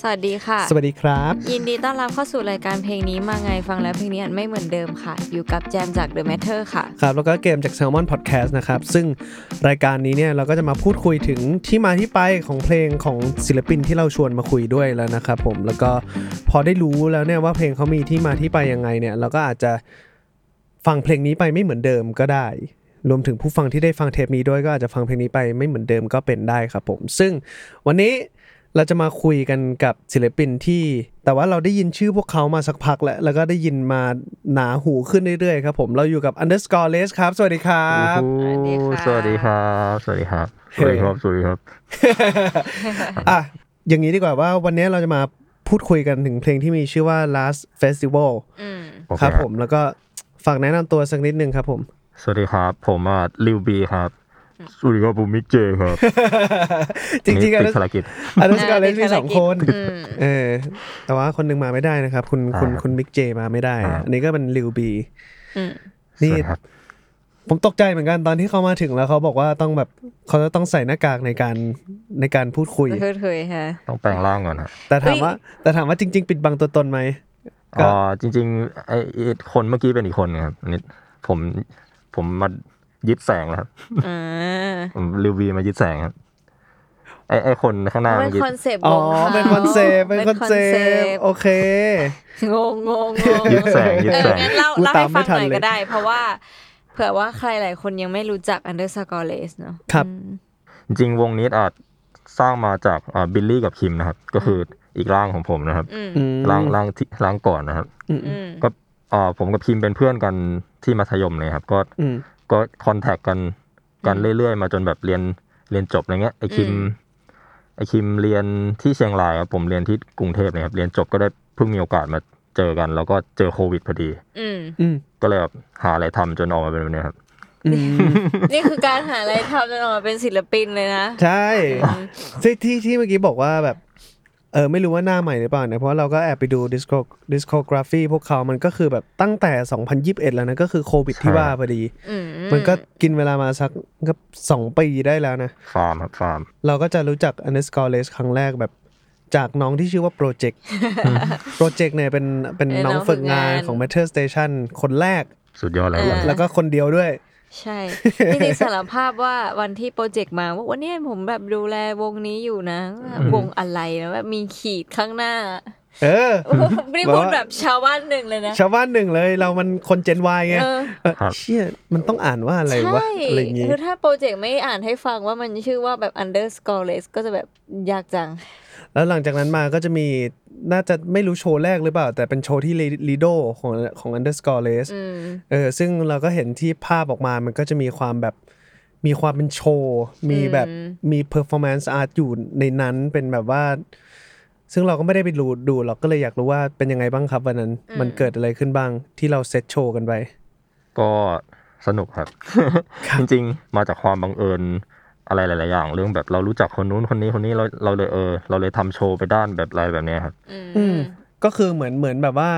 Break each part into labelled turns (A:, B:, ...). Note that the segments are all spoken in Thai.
A: สวัสดีค่ะ
B: สวัสดีครับ
A: ยินดีต้อนรับเข้าสู่รายการเพลงนี้มาไงฟังแล้วเพลงนี้อันไม่เหมือนเดิมค่ะ อยู่กับแจมจาก The Matter ค่ะ
B: ครับ แล้วก็เกมจาก Salmon Podcast นะครับ ซึ่งรายการนี้เนี่ยเราก็จะมาพูดคุยถึงที่มาที่ไปของเพลงของศิลปินที่เราชวนมาคุยด้วยแล้วนะครับผม แล้วก็พอได้รู้แล้วเนี่ยว่าเพลงเขามีที่มาที่ไปยังไงเนี่ย เราก็อาจจะฟังเพลงนี้ไปไม่เหมือนเดิมก็ได้ รวมถึงผู้ฟังที่ได้ฟังเทปนี้ด้วยก็อาจจะฟังเพลงนี้ไปไม่เหมือนเดิมก็เป็นได้ครับผม ซึ่งวันนี้เราจะมาคุยกันกับศิลปินที่ แต่ว่าเราได้ยินชื่อพวกเขามาสักพักแล้วแล้วก็ได้ยินมาหนาหูขึ้นเรื่อยๆครับผมเราอยู่กับ underscore less ครับ สวัสดีครับ
C: โอ้
A: ส
C: โห
A: วั
C: สวั
A: ส
C: ส
A: ดี
C: ดี
A: ค
C: ค
A: รั
C: รับ สวัสดีครับ
B: เฮ้
C: สวัส
B: ย
C: ดีครับ สวัสดีครับ
B: อ่ะอย่างนี้ดีกว่าว่าวันนี้เราจะมาพูดคุยกันถึงเพลงที่มีชื่อว่า last festival
A: อืม
C: โอเค
B: ครับ
C: ครับ
B: ผมแล้วก็ฝากแนะนำตัวสักนิดนึงครับผม
C: สวัสดีครับ ผมอ่ะลิวบีครับ สวัสดีครับผมมิกเจครับ
B: จริงๆ
C: อั
B: อั
C: น
B: นนั้
C: นี้
B: น
C: ติดภารกิจ
B: อันนั้นก็เล่นมีสองคน
A: อืม
B: เออแต่ว่าคนหนึ่งมาไม่ได้นะครับ คุณคุณ
C: อ่า
B: คุณบิ๊กเจมาไม่ได้
C: อ่า
B: อันนี้ก็เป็นลิวบี
A: อืม
B: นี่
C: สวัสดีครับ
B: ผมตกใจเหมือนกันตอนที่เขามาถึงแล้วเขาบอกว่าต้องแบบเขาจะต้องใส่หน้ากากในการในการพูดคุย
A: เถยๆค่ะ
C: ต้องแปลงร่างก่อนครับ
B: แต่ถามว่า แต่ถามว่าจริง ๆ ปิดบังตัวตนไหม ก็
C: อ๋อจริงๆไอ้ไอ้คนเมื่อกี้เป็นอีกคนนะครับอันนี่ผมผมมายึดแสงแล้วครับ
A: อ่า
C: ผมลิวบีมายึดแสงครับไอ้ไอ้คนข้างหน้า
A: เป็
C: เมื่
A: น
C: อกี้
A: คอนเซปต์
B: อ๋อ
A: วงขา
B: เป็นคอนเซปต์เป็นคอน
A: ป
B: เซป
A: ็น
B: ต์โอเค
A: งงงงง
C: ยึดแสงยึ
A: เออ
C: ดแสง
A: งั้นเล่า
B: กู
A: เล่า
B: ตา
A: ให้
B: มไม่
A: ฟังห
B: ทัน
A: น่อย
B: เลย
A: ก็ได้ เพราะว่า เผื่อว่าใครหลายคนยังไม่รู้จัก Underscore Lace เนอะ
B: ครับ
A: อืม
C: จริงๆวงนี้อาจสร้างมาจากอ่าบิลลี่กับคิมนะครับ ก็คืออีกร่างของผมนะครับ
A: อืม
B: อืม
C: ร่างร่างที่ร่างก่อนนะครับ
B: อืม
A: อืม
C: ก็เอ่อผมกับพิมเป็นเพื่อนกันที่มัธยมเลยครับ ก็
B: อืม
C: ก็คอนแทคกันกันเรื่อยๆ มาจนแบบเรียนเรียนจบอะไรเงี้ยไอคิม
A: อืม
C: ไอคิมเรียนที่เชียงรายครับผมเรียนที่กรุงเทพเลยครับเรียนจบก็ได้เพิ่งมีโอกาสมาเจอกัน แล้วก็เจอโควิดพอดี
A: อืม
B: อืม
C: ก็เลยแบบหาอะไรทำจนออกมาเป็นแบบเนี้ยครับ
B: อืม
A: นี่คือการหาอะไรทำจนออกมาเป็นศิลปินเลยนะ
B: ใช่ ที่ที่ที่เมื่อกี้บอกว่าแบบ เออไม่รู้ว่าหน้าใหม่หรือเปล่าเนี่ยเพราะเราก็แอบไปดูดิสโกดิสโคกราฟีพวกเขามันก็คือแบบตั้งแต่ 2021 แล้วนะก็คือโควิดที่
C: ใช่
B: ว่าพอดี
A: อืม
B: มันก็กินเวลามาสักก็สองปีได้แล้วนะ
C: ฟาร์มครับฟาร์ม
B: เราก็จะรู้จัก underscore less ครั้งแรกแบบ จากน้องที่ชื่อว่าโปรเจก ต์โปรเจกต์เนี่ยเป็นเป็นน้องฝึกงานของ Matter Station คนแรก
C: สุดยอดเลยครับ
B: แล้วก็คนเดียวด้วย
A: ใช่จริงๆสารภาพว่าวันที่โปรเจกต์มาว่าวันเนี้ยผมแบบดูแลวงนี้อยู่นะแบบวงอะไรนะแบบมีขีดข้าง หน้า
B: เออ
A: ไม่ได้พูดแบบชาวบ้านหนึ่งเลยนะ
B: ชาวบ้านหนึ่งเลยเรามันคนเจนวายไง
A: เออ
B: เออเชี่ยมันต้องอ่านว่าอะไรวะ
A: ใช่
B: อะไรอย่างงี้
A: คือถ้าโปรเจกต์ไม่อ่านให้ฟังว่ามันชื่อว่าแบบ underscore less ก็จะแบบยากจัง
B: แล้วหลังจากนั้นมาก็จะมีน่าจะไม่รู้โชว์แรกหรือเปล่า แต่เป็นโชว์ที่ลีโดของของ underscore less
A: อืม
B: เออซึ่งเราก็เห็นที่ภาพออกมามันก็จะมีความแบบมีความเป็นโชว์ มีแบบ
A: อืม
B: มี performance art อยู่ในนั้นเป็นแบบว่า ซึ่งเราก็ไม่ได้ไปดูดูเราก็เลยอยากรู้ว่าเป็นยังไงบ้างครับวันนั้น มันเกิดอะไรขึ้นบ้างที่เราเซตโชว์กันไป
C: ก็สนุกครับ จริงๆ มาจากความบังเอิญอะไรหลาย ๆ อย่าง เรื่องแบบเรารู้จักคนนู้นคนนี้คนนี้เราเราเลยเออ เราเลยทำโชว์ไปด้านแบบอะไรแบบเนี้ยครับ
A: อืม
B: อืมก็คือเหมือนเหมือนแบบว่า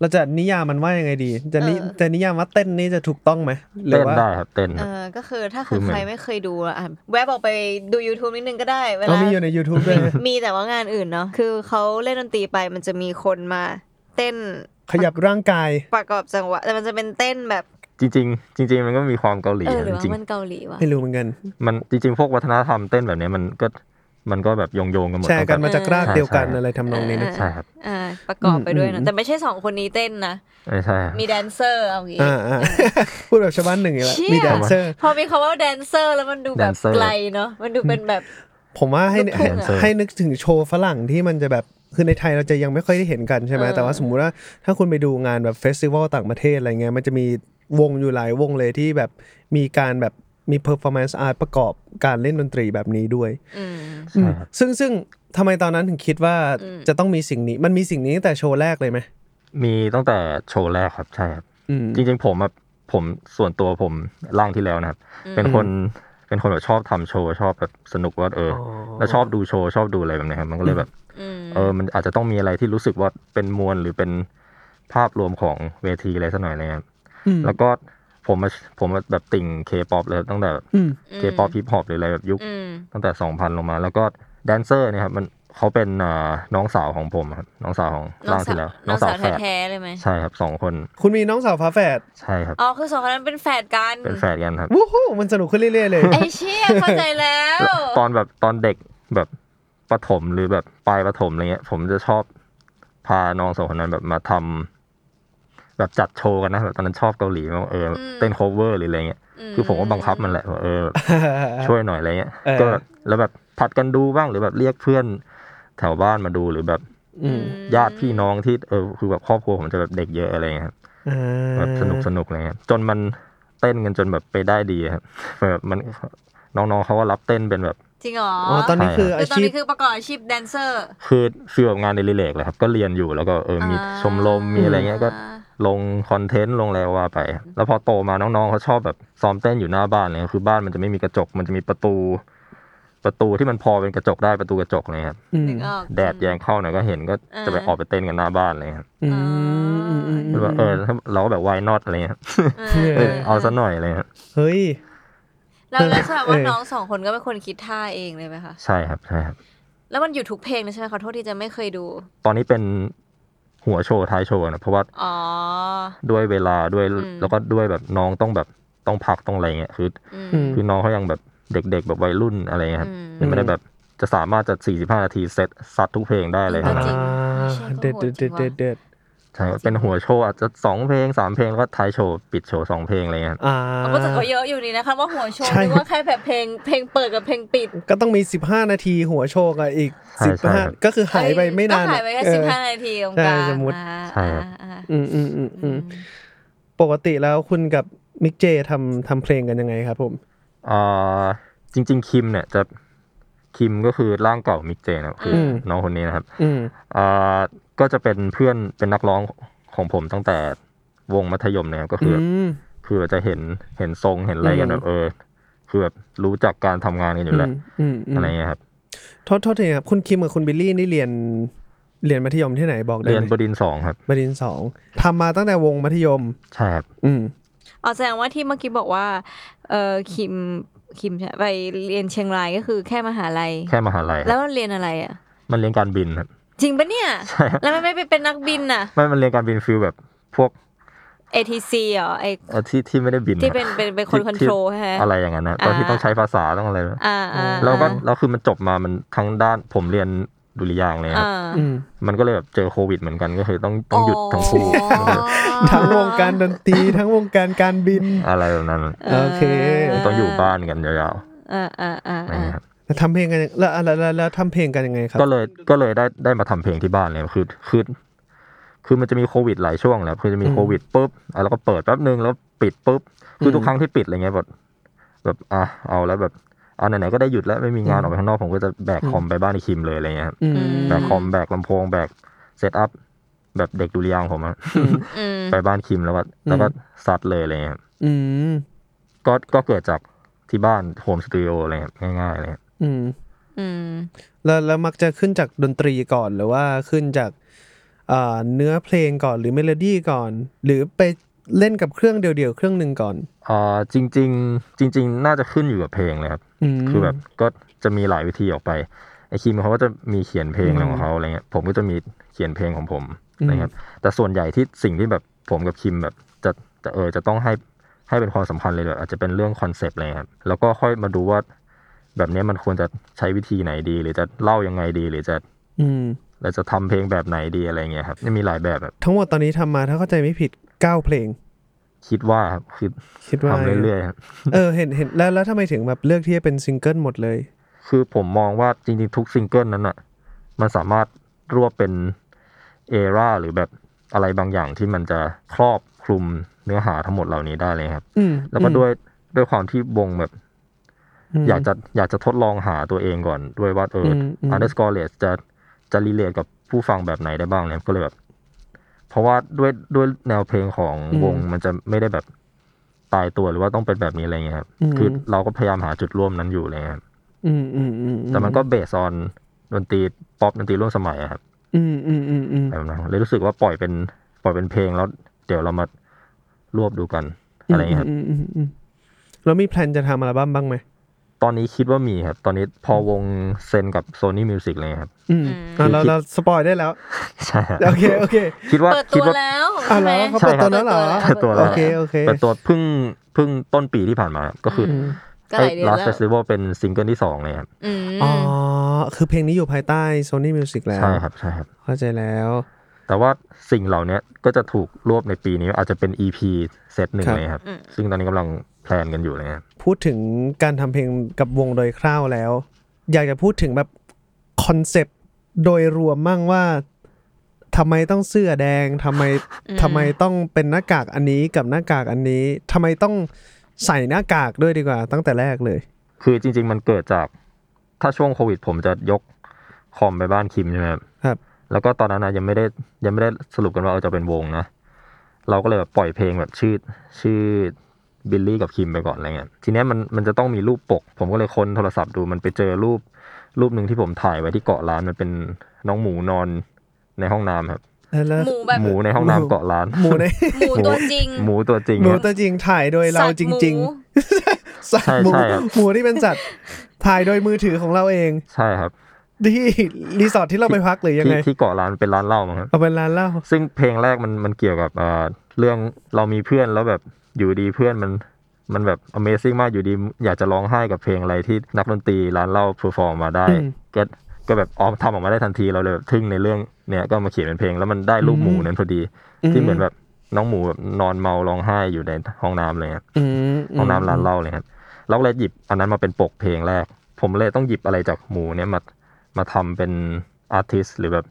B: เราจะนิยามมันว่ายังไงดี จะนิ
A: เออ
B: จะนิยามว่าเต้นนี่จะถูกต้องไหมหรื
C: เต้น
B: ว่า
C: ได้ครับเต้น
A: เอ
C: ครับ
A: อก็คือถ้า
C: คื
A: คือ
C: อเหมือน
A: ใครไม่เคยดูอะอ่ะแวะออกไปดู YouTube นิดนึงก็ได้เว
B: เรา
A: ลา
B: มีอยู่ใน YouTube ด้วยนะ
A: มีแต่ว่างานอื่นเนาะ คือเขาเล่นดนตรีไปมันจะมีคนมาเต้น
B: ขยับร่างกาย
A: ประกอบจังหวะ แต่มันจะเป็นเต้นแบบ
C: จริง ๆ จริง ๆ มันก็มีความเกาหลี
A: เออ
C: นะ
A: หรือว่า
C: จริง
A: มันเกาหลีวะ
B: ไม่รู้เหมือนกัน
C: ๆมันจริง ๆ พวกวัฒนธรรมเต้นแบบเนี้ยมันก็มันก็แบบโยงโยงๆกันหมด
B: แชร์กัน
C: ตั้ง
B: มา
C: แต่
B: จากรากเดียวกัน
C: ใช่
B: อะไรทำนองนี้นะ
A: อ่า
C: ใช่ครับ
A: อ่าประกอบไปด้วย
B: อื
A: นะ
B: ม
A: แต่ไม่ใช่สองคนนี้เต้นนะ
C: เออใช่ครับ
A: มีแดนเซอร์เอางี้
B: อ่าอ่า พูดแบบชาวบ้านหนึ่งอีกแล้ว
A: เชี่ย
B: มีแดนเซอร์
A: พอมีคำว่าแดนเซอร์แล้วมันดูแบบไกลเนาะ มันดูเป็นแบบ
B: ผมว่าให้
A: ลูกทุ่
B: ให้
A: งอะ
B: ให้นึกถึงโชว์ฝรั่งที่มันจะแบบ คือในไทยเราจะยังไม่ค่อยได้เห็นกันใช่ไหม
A: เออ
B: แต่ว่าสมมุติว่าถ้าคุณไปดูงานแบบเฟสติวัลต่างประเทศอะไรเงี้ยมันจะมีวงอยู่หลายวงเลยที่แบบมีการแบบมี performance art ประกอบการเล่นดนตรีแบบนี้ด้วย
A: อืม
B: อืมซึ่งซึ่งทำไมตอนนั้นถึงคิดว่า
A: อืม
B: จะต้องมีสิ่งนี้ มันมีสิ่งนี้ตั้งแต่โชว์แรกเลยไหม
C: มีตั้งแต่โชว์แรกครับใช่ครับ
B: อืม
C: จริง ๆ ผมแบบผมส่วนตัวผมร่างที่แล้วนะครับ เป็นคนเป็นคนแบบชอบทำโชว์ชอบแบบสนุกว่าเอออ
B: อ
C: แล้วชอบดูโชว์ชอบดูอะไรแบบเนี้ยครับมันก็เลยแบบ
A: อืม
C: เออมันอาจจะต้องมีอะไรที่รู้สึกว่าเป็นมวลหรือเป็นภาพรวมของเวทีอะไรสักหน่อยอะไรเงี้ย
B: อืม
C: แล้วก็ผมมาผมมาแบบติ่งเคป๊อปเลยตั้งแต่
B: อืม
C: เคป๊อปฮิปฮอปหรืออะไรแบบยุค
A: อืม
C: ตั้งแต่ 2,000 ลงมา แล้วก็แดนเซอร์เนี่ยครับมันเขาเป็นอ่าน้องสาวของผมครับน้องสาวของ
A: น้อ
C: ร่าง ง
A: สา
C: ที่
A: ว
C: แล้ว
A: น้องสาว
C: แฝด
A: แท้ๆเลยไหม
C: ใช่ครับสองคน
B: คุณมีน้องสาวฝาแฝด
C: ใช่ครับ
A: อ๋อคือสองคนนั้นเป็นแฝดกัน
C: เป็นแฝดกันครับ
B: วู้ฮู้มันสนุกขึ้นเรื่อยๆเลย
A: ไอเชี่ยเข้าใจแล้ว
C: ตอนแบบตอนเด็กแบบประถมหรือแบบปลายประถมอะไรเงี้ย ผมจะชอบพาน้องสองคนนั้นแบบมาทำแบบจัดโชว์กันนะแบบตอนนั้นชอบเกาหลีมากเอออ
A: ม
C: เต้นโคเวอร์หรืออะไรเงี้ยคือผมก็บังคับมันแหละว่าเออ ช่วยหน่อยอะไรเงี้ย
B: เออ
C: ก็แบบแล้วแบบผัดกันดูบ้างหรือแบบเรียกเพื่อนแถวบ้านมาดูหรือแบบ
B: อืม
C: ญาติพี่น้องที่เออคือแบบครอบครัวผมจะแบบเด็กเยอะอะไรเงี้ยครับ
B: อ่า
C: แบบสนุกสนุกอะไรเงี้ยจนมันเต้นกันจนแบบไปได้ดีครับ แบบมันน้องๆเขาก็รับเต้นเป็นแบบ
A: จริงเหรอ
B: อ๋อตอนนี้
C: ใช่
B: คือ
A: คื
B: อา
A: อตอน
B: ชีพ
A: นี้คือประกอบอาชีพแดนเซอร์
C: คือฟีลแบบงานในริเลกเลยครับ ก็เรียนอยู่แล้วก็เออมี
A: อ่า
C: ชมรมมีอะไรเงี้ยก็ลงคอนเทนต์ลงอะไรว่าไป แล้วพอโตมาน้องๆเขาชอบแบบซ้อมเต้นอยู่หน้าบ้านเลยครับคือบ้านมันจะไม่มีกระจกมันจะมีประตู ประตูที่มันพอเป็นกระจกได้ประตูกระจกเลยครับ
B: อืม
A: นึกออก
C: แดดแยงเข้าหน่อยก็เห็นก็จะไป
A: อ่า
C: ออกไปเต้นกันหน้าบ้านเลยครับ
B: อืมอืมอืม
C: ก็แบบเออเราก็แบบวายนอตอะไรเงี้ย
A: เอ
C: เอ
A: อ
C: อเอาซะหน่อยเลยฮะ
B: เฮ้ย
A: แล้วแล้วสำหรับว่า
B: เออ
A: น้องสองคนก็เป็นคนคิดท่าเองเลยไหมคะ
C: ใช่ครับใช่ครับ
A: แล้วมันอยู่ทุกเพลงเลยใช่ไหมขอโทษที่จะไม่เคยดู
C: ตอนนี้เป็นหัวโชว์ท้ายโชว์นะเพราะว่า
A: อ๋อ
C: ด้วยเวลาด้วย
A: อืม
C: แล้วก็ด้วยแบบน้องต้องแบบต้องพักต้องอะไรเงี้ยคือ
A: อืม
B: อืม
C: คือน้องเขายังแบบเด็ก ๆ แบบวัยรุ่นอะไรเงี้ยครับ
A: อืม
C: ยังไม่ได้แบบจะสามารถจะ 45 นาทีเซตซัดทุกเพลงได้เลยค
A: ก็
C: รับ
A: จริง
B: อ่าเด็ดเด็ดเด็ดเด็ดเด็ด
C: ใช่ครับเป็นหัวโชว์อาจจะสองเพลงสามเพลงแล้วก็ท้ายโชว์ปิดโชว์สองเพลงอะไรเงี้ยครับ
B: อ่า
A: ก็จะเขาเยอะอยู่นี่นะคะว่าหัวโชว์
B: ใช่
A: นึกว่าแค่แบบเพลงเพลงเปิดกับเพลงปิด
B: ก็ต้องมี 15 นาทีหัวโชกอะอีก 15 ก็คือหายไปไม่นาน
A: ก็หายไปแค่
B: เออ
A: สิบห้านาทีตรงกลาง
B: ใช่สมมุติ
A: อ่า
C: ใช่ครับ
A: อ่า
B: อืมอืมอืมอืมปกติแล้วคุณกับมิกเจทำทำเพลงกันยังไงครับผม
C: อ่าจริง ๆ คิมเนี่ยจะคิมก็คือร่างเก่ามิกเจนะครับคืออ
B: ม
C: น้องคนนี้นะครับ
B: อืม
C: อ่าก็จะเป็นเพื่อนเป็นนักร้องของผมตั้งแต่วงมัธยมเนี่ยครับก็คืออ
B: อืม
C: คือจะเห็นเห็นทรงเห็นอะไรกัน
B: อืม
C: แบบเออ คือแบบรู้จักการทำงานกันอยู่แล้ว
B: อืมอืม
C: อะไรเงี้ยครับ
B: โทษโทษทีครับ คุณคิมกับคุณบิลลี่นี่เรียน เรียนมัธยมที่ไหนบอกได้
C: เรียน
B: ไห
C: บ
B: ม
C: ดินทร์สองครับ
B: บดินทร์สองทำมาตั้งแต่วงมัธยม
C: ใช่ครับ
B: อืม
A: อ๋อแสดงว่าที่เมื่อกี้บอกว่าเออคิมคิมใช่ไหมไปเรียนเชียงรายก็คือแค่มหาลัย
C: แค่มหาลัยค
A: แล้
C: รับ
A: วมันเรียนอะไรอ่ะ
C: มันเรียนการบินครับ
A: จริงปะเนี่ย
C: ใช่ครับ
A: แล้วมันไม่ไปเป็นนักบินน่ะ
C: ไม่มันเรียนการบินฟิลแบบพวก
A: ATC เหรอไอ
C: เอ่อที่ที่ไม่ได้บิน
A: ที่
C: ครับ
A: เป็นเป็นเป็นคน
C: ที่
A: คอนโทร
C: ที่
A: ลใช่ไหม
C: อะไรอย่างนั้นนะตอนที่
A: อ่า
C: ต้องใช้ภาษาต้องอะไรนะ
A: อ่าอ่า
C: แล้วก็แล้วคือมันจบมามันทั้งด้านผมเรียนดุริยางค์เลยครับ
A: อ่า
B: อืม
C: มันก็เลยแบบเจอโควิดเหมือนกันก็คือต้องต้องหยุดทั้ง คู่
B: ทั้งวงการดนตรีทั้งวงการการบิน
C: อะไรแบบนั้น
B: โอเค
C: ต้องอยู่บ้านกันยาว
A: อ่าอ่าอ่า
C: ๆนะ
A: อ่า
C: ครับ
B: แล้วทำเพลงกันยังแล้วแล้วแล้วแล้วทำเพลงกันยังไงครับ
C: ก็เลยก็เลยได้ได้มาทำเพลงที่บ้านเลยคือคือคือมันจะมีโควิดหลายช่วงแหล้วคือจะมี
B: อืม
C: โควิดปุ๊บอ่ะแล้วก็เปิดแป๊บนึงแล้วปิดปุ๊บคืออ
B: ม
C: ทุกครั้งที่ปิดอะไรเงี้ยแบบแบบอ่ะเอาแล้วแบบอ่ะไหนๆก็ได้หยุดแล้วไม่มีงาน
B: อืม
C: ออกไปข้างนอกผมก็จะแบกคอมไปบ้านไอ้คิมเลยอะไรเงี้ยครับ
B: อืม
C: แบกคอมแบกลำโพงแบกเซตอัพแบบเด็กดูเรียางผมอะ
B: อืม
A: อืม
C: ไปบ้านคิมแล้วก็แล้วก็ซัดเลยอะไรเงี้ยครับ
B: อืม
C: ก็ก็เกิดจากที่บ้านโฮมสตูดิโออะไรเงี้ยง่ายๆเลย
B: อืม
A: อืม
B: แล้วแล้วมักจะขึ้นจากดนตรีก่อนหรือว่าขึ้นจากอ่าเนื้อเพลงก่อนหรือเมโลดี้ก่อน หรือไปเล่นกับเครื่องเดียวๆเครื่องหนึ่งก่อน
C: อ่าจริง ๆ จริง ๆ น่าจะขึ้นอยู่กับเพลงเลยครับ
B: อืม
C: คือแบบก็จะมีหลายวิธีออกไปไอคิมเขาก็จะมีเขียนเพลง
B: อืม
C: ของเขาอะไรเงี้ยผมก็จะมีเขียนเพลงของผม
B: อืม
C: นะครับแต่ส่วนใหญ่ที่สิ่งที่แบบผมกับคิมแบบจะจะเออจะต้องให้ให้เป็นความสำคัญเลยแบบอาจจะเป็นเรื่องคอนเซปต์อะไรครับแล้วก็ค่อยมาดูว่าแบบเนี้ยมันควรจะใช้วิธีไหนดี หรือจะเล่ายังไงดี หรือจะ
B: อืม
C: เราจะทำเพลงแบบไหนดีอะไรเงี้ยครับนี่มีหลายแบบแบบ
B: ทั้งหมดตอนนี้ทำมาถ้าเข้าใจไม่ผิด 9 เพลง
C: คิดว่าครับคือ
B: คิดว่า
C: ทำเรื่อยๆครับ
B: เออเห็นเห็นแล้วแล้วทำไมถึงแบบเลือกที่จะเป็นซิงเกิลหมดเลย
C: คือผมมองว่าจริงๆ ทุกซิงเกิลนั้นอ่ะ มันสามารถรวบเป็นเอราหรือแบบอะไรบางอย่างที่มันจะครอบคลุมเนื้อหาทั้งหมดเหล่านี้ได้เลยครับ
B: อืม
C: แล้วก็ด้วยด้วยความที่วงแบบ
B: ม
C: อยากจะอยากจะทดลองหาตัวเองก่อน ด้วยว่าเออ
B: มอืม
C: underscore less จะจะรีเลทกับผู้ฟังแบบไหนได้บ้างเนี่ยก็เลยแบบ เพราะว่าด้วยด้วยแนวเพลงของวงมันจะไม่ได้แบบตายตัวหรือว่าต้องเป็นแบบนี้อะไรเงี้ยครับ
B: อืม
C: คือเราก็พยายามหาจุดร่วมนั้นอยู่เลยครับ
B: อืมอืมอืมอื
C: แต่มันก็เบสออน ดนตรีป๊อปดนตรีร่วมสมัยอะครับ
B: อืมอืมอืมอืม
C: แบบนั้นเลยรู้สึกว่าปล่อยเป็นปล่อยเป็นเพลงแล้วเดี๋ยวเรามารวบดูกันอะไรอย่างเงี้ยครับ
B: มอืมอืมอืมแล้วมีแพลนจะทำอัลบั้มบ้างไหม
C: ตอนนี้คิดว่ามีครับ ตอนนี้พอวงเซ็นกับ Sony Music เลยครับ
B: อืม
C: อื
B: อ่ะ
C: ม
B: เราเราสปอยได้แล้ว
C: ใช่ฮะ
B: โอเคโอเค
C: คิดว่า
A: เปิด
C: คิ
A: ตัว
C: ดว่า
A: แล้ว
B: อ่ะ
A: ใช่ไหม
B: เหรอเขา
C: ใช่
B: เปิด
C: ค
B: ตั
C: รับ
B: วแล้วเหรอ
C: เปิดตัวแล้ว
B: โอเคโอเค
C: เป็นตัวเพิ่งเพิ่งต้นปีที่ผ่านมาครับก็คืออ
B: อืม
A: ก็ห
C: ไอ้
A: ลายเดือน
C: Last
A: แล้ว
C: Festival เป็นซิงเกิลที่สองเลยครับ
A: อืม
B: อ๋อคือเพลงนี้อยู่ภายใต้ Sony Music แล้ว
C: ใช่ครับใช่ครับ
B: เข้าใจแล้ว
C: แต่ว่าสิ่งเหล่านี้ก็จะถูกรวบในปีนี้อาจจะเป็น EP เซตหนึ่ง
B: ครับ
C: เลยครับ ซึ่งตอนนี้กำลังแพลนกันอยู่เลยครับ
B: พูดถึงการทำเพลงกับวงโดยคร่าวแล้ว อยากจะพูดถึงแบบคอนเซปต์โดยรวมมั่งว่าทำไมต้องเสื้อแดงทำไมทำไมต้องเป็นหน้ากากอันนี้กับหน้ากากอันนี้ทำไมต้องใส่หน้ากากด้วยดีกว่า ตั้งแต่แรกเลย
C: คือจริง ๆ มันเกิดจากถ้าช่วงโควิด ผมจะยกคอมไปบ้านคิมใช่ไหมครับ
B: ครับ
C: แล้วก็ตอนนั้นนะยังไม่ได้ยังไม่ได้สรุปกันว่าเราจะเป็นวงนะ เราก็เลยแบบปล่อยเพลงแบบชื่อชื่อบิลลี่กับคิมไปก่อนอะไรเงี้ยทีเนี้ยมันมันจะต้องมีรูปปก ผมก็เลยค้นโทรศัพท์ดูมันไปเจอรูปรูปหนึ่งที่ผมถ่ายไว้ที่เกาะล้านมันเป็นน้องหมูนอนในห้องน้ำครับ
B: แล้วแล้ว
A: หมูแบบ
C: หมูในห้อง
B: หมู
C: น้ำเกาะล้าน
B: หมูใน
A: หมูตัวจริง
C: หมูตัว จริง
B: หมู
C: ครับ
B: ตัวจริงถ่ายโดยเราจริง
A: สัตว์หมู
B: ๆ สัตว์หมู
C: ใช่ใช่ครับ
B: หมูที่เป็นสัตว์ถ่ายโดยมือถือของเราเอง
C: ใช่ครับ
B: ที่รีสอร์ทที่เราไปพักหรือยัง
C: ที่
B: ไง
C: ที่เกาะล้านเป็นร้านเหล้ามั้งครับ
B: เอาเป็นร้านเหล้า
C: ซึ่งเพลงแรกมันมันเกี่ยวกับเอ่อเรื่องเรามีเพื่อนแล้วแบบอยู่ดีเพื่อนมันมันแบบ Amazing มากอยู่ดีอยากจะร้องไห้กับเพลงอะไรที่นักดนตรีร้านเหล้าเพอร์ฟอร์มมาได้ ก็ก็แบบออทำออกมาได้ทันทีเราเลยแบบทึ่งในเรื่องเนี้ยก็มาเขียนเป็นเพลงแล้วมันได้รูปหมูนั้นพอดี ที่เหมือนแบบน้องหมูแบบนอนเมาร้องไห้อยู่ในห้องน้ำเลยครับ
B: อืมม
C: ห้องน้ำร้านเหล้าเลยครับเราก็เลยหยิบอันนั้นมาเป็นปกเพลงแรก ผมเลยต้องหยิบอะไรจากหมูเนี่ยมามาทำเป็นอาร์ติสหรือแบบ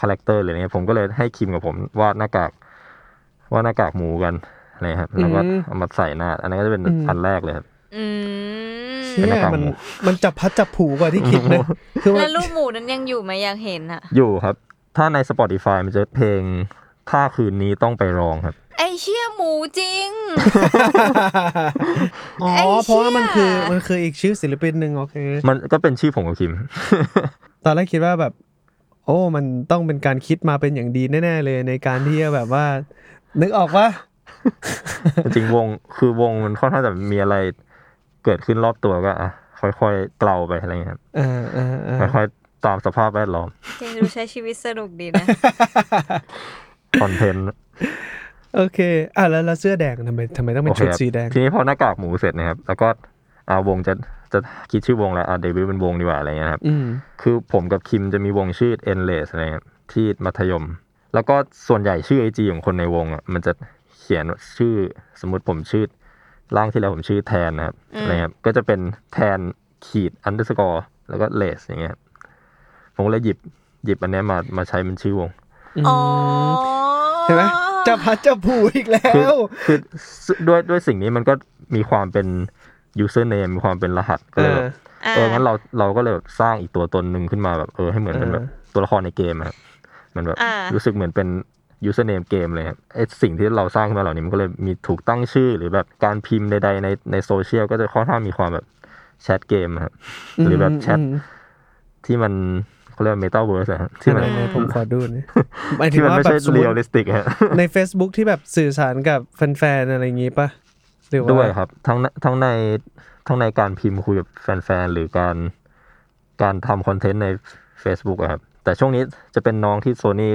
C: คาแรคเตอร์เลยเนี่ยผมก็เลยให้คิมกับผมวาดหน้ากากวาดหน้ากากหมูกันนะครับแล้วก็
B: อืม
C: เอามาใส่หน้า อันนั้นก็จะเป็น
B: อืม
C: อันแรกเลยครับ
A: อืม
B: เชี่ย
C: เป็นหน้ากาก
B: มัน
C: หมู
B: มันจับพัดจับผูกว่าที่คิดนะคือมั
A: แล้
B: น
A: วรูปหมูนั้นยังอยู่ไหมอยากเห็นอะ
C: อยู่ครับ ถ้าใน Spotify มันจะเพลงถ้าคืนนี้ต้องไปร้องครับ
A: ไอเชี่ยหมูจริง
B: อ๋อ
A: ไอ้เชี่ย
B: เพราะว่ามันคือมันคืออีกชื่อศิลปินหนึ่งโอเค
C: มันก็เป็นชื่อผมกับคิม
B: ตอนแรกคิดว่าแบบ โอ้มันต้องเป็นการคิดมาเป็นอย่างดีแน่ๆเลยในการที่จะแบบว่า นึกออกว่า
C: จริงๆวงคือวงมันค่อนข้างจะมีอะไรเกิดขึ้นรอบตัวก็อ่ะค่อยๆเกลาไปอะไรเงี้ยครับ
B: เออเออเออ
C: ค่อยๆตามสภาพแวดล้อม
A: เจนดูใช้ชีวิตสนุกดีนะ
C: คอนเทนต์
B: โอเค อ่ะแล้วแล้วเสื้อแดงทำไมทำไมต้องเป็นชุด
C: โอคครับ
B: สีแดง
C: ทีนี้พอหน้ากากหมูเสร็จนะครับ แล้วก็อาวงจะจะคิดชื่อวงแล้วอาเดบิวต์เป็นวงดีกว่าอะไรเงี้ยครับ
B: อืม
C: คือผมกับคิมจะมีวงชื่อ Endless อะไรเงี้ยที่มัธยม แล้วก็ส่วนใหญ่ชื่อไอจีของคนในวงอ่ะมันจะเขียนชื่อสมมติผมชื่อร่างที่แล้วผมชื่อแทนนะครับ
A: อืม
C: อะไรครับก็จะเป็นแทนขีด underscore แล้วก็ less อย่างเงี้ยครับผมเลยหยิบหยิบอันเนี้ยมามาใช้เป็นชื่อวง
A: อ๋อ
B: เห็นไหมจะพัดจะผูอีกแล้
C: คือ
B: ว
C: คือด้วยด้วยสิ่งนี้มันก็มีความเป็น username มีความเป็นรหัสก็เลยแบบ
A: ะ
C: เอองั้นเราเราก็เลยแบบสร้างอีกตัวตนหนึ่งขึ้นมาแบบเออให้เหมือนเป็น
B: เออ
C: แบบตัวละครในเกมอะครับมันแบบ
A: อ่ะ
C: รู้สึกเหมือนเป็น username เกมเลยครับไอสิ่งที่เราสร้างขึ้นมาเหล่านี้มันก็เลยมีถูกตั้งชื่อ หรือแบบการพิมพ์ใดๆในในโซเชียลก็จะค่อนข้างมีความแบบแชทเกมอะครับ หรือแบบแชท
B: ม
C: ที่มันเขาเรียกเมตาเวิร์สครับที่มัน
B: ไหนๆผมขอดูหนะหมายถึ
C: ที่
B: ง
C: มัน
B: ว่า
C: ไม่
B: แบ
C: ใช่
B: บสมม
C: เรี
B: ติ
C: ยลลิสติกฮะ
B: ใน Facebook ที่แบบสื่อสารกับแฟนๆอะไรอย่างงี้ปะหรือว่า
C: ด้วยครับทั้งในทั้งในทั้งในการพิมพ์คุยกับแฟนๆ หรือการการทำคอนเทนต์ใน Facebook อะครับ แต่ช่วงนี้จะเป็นน้องที่โซนี่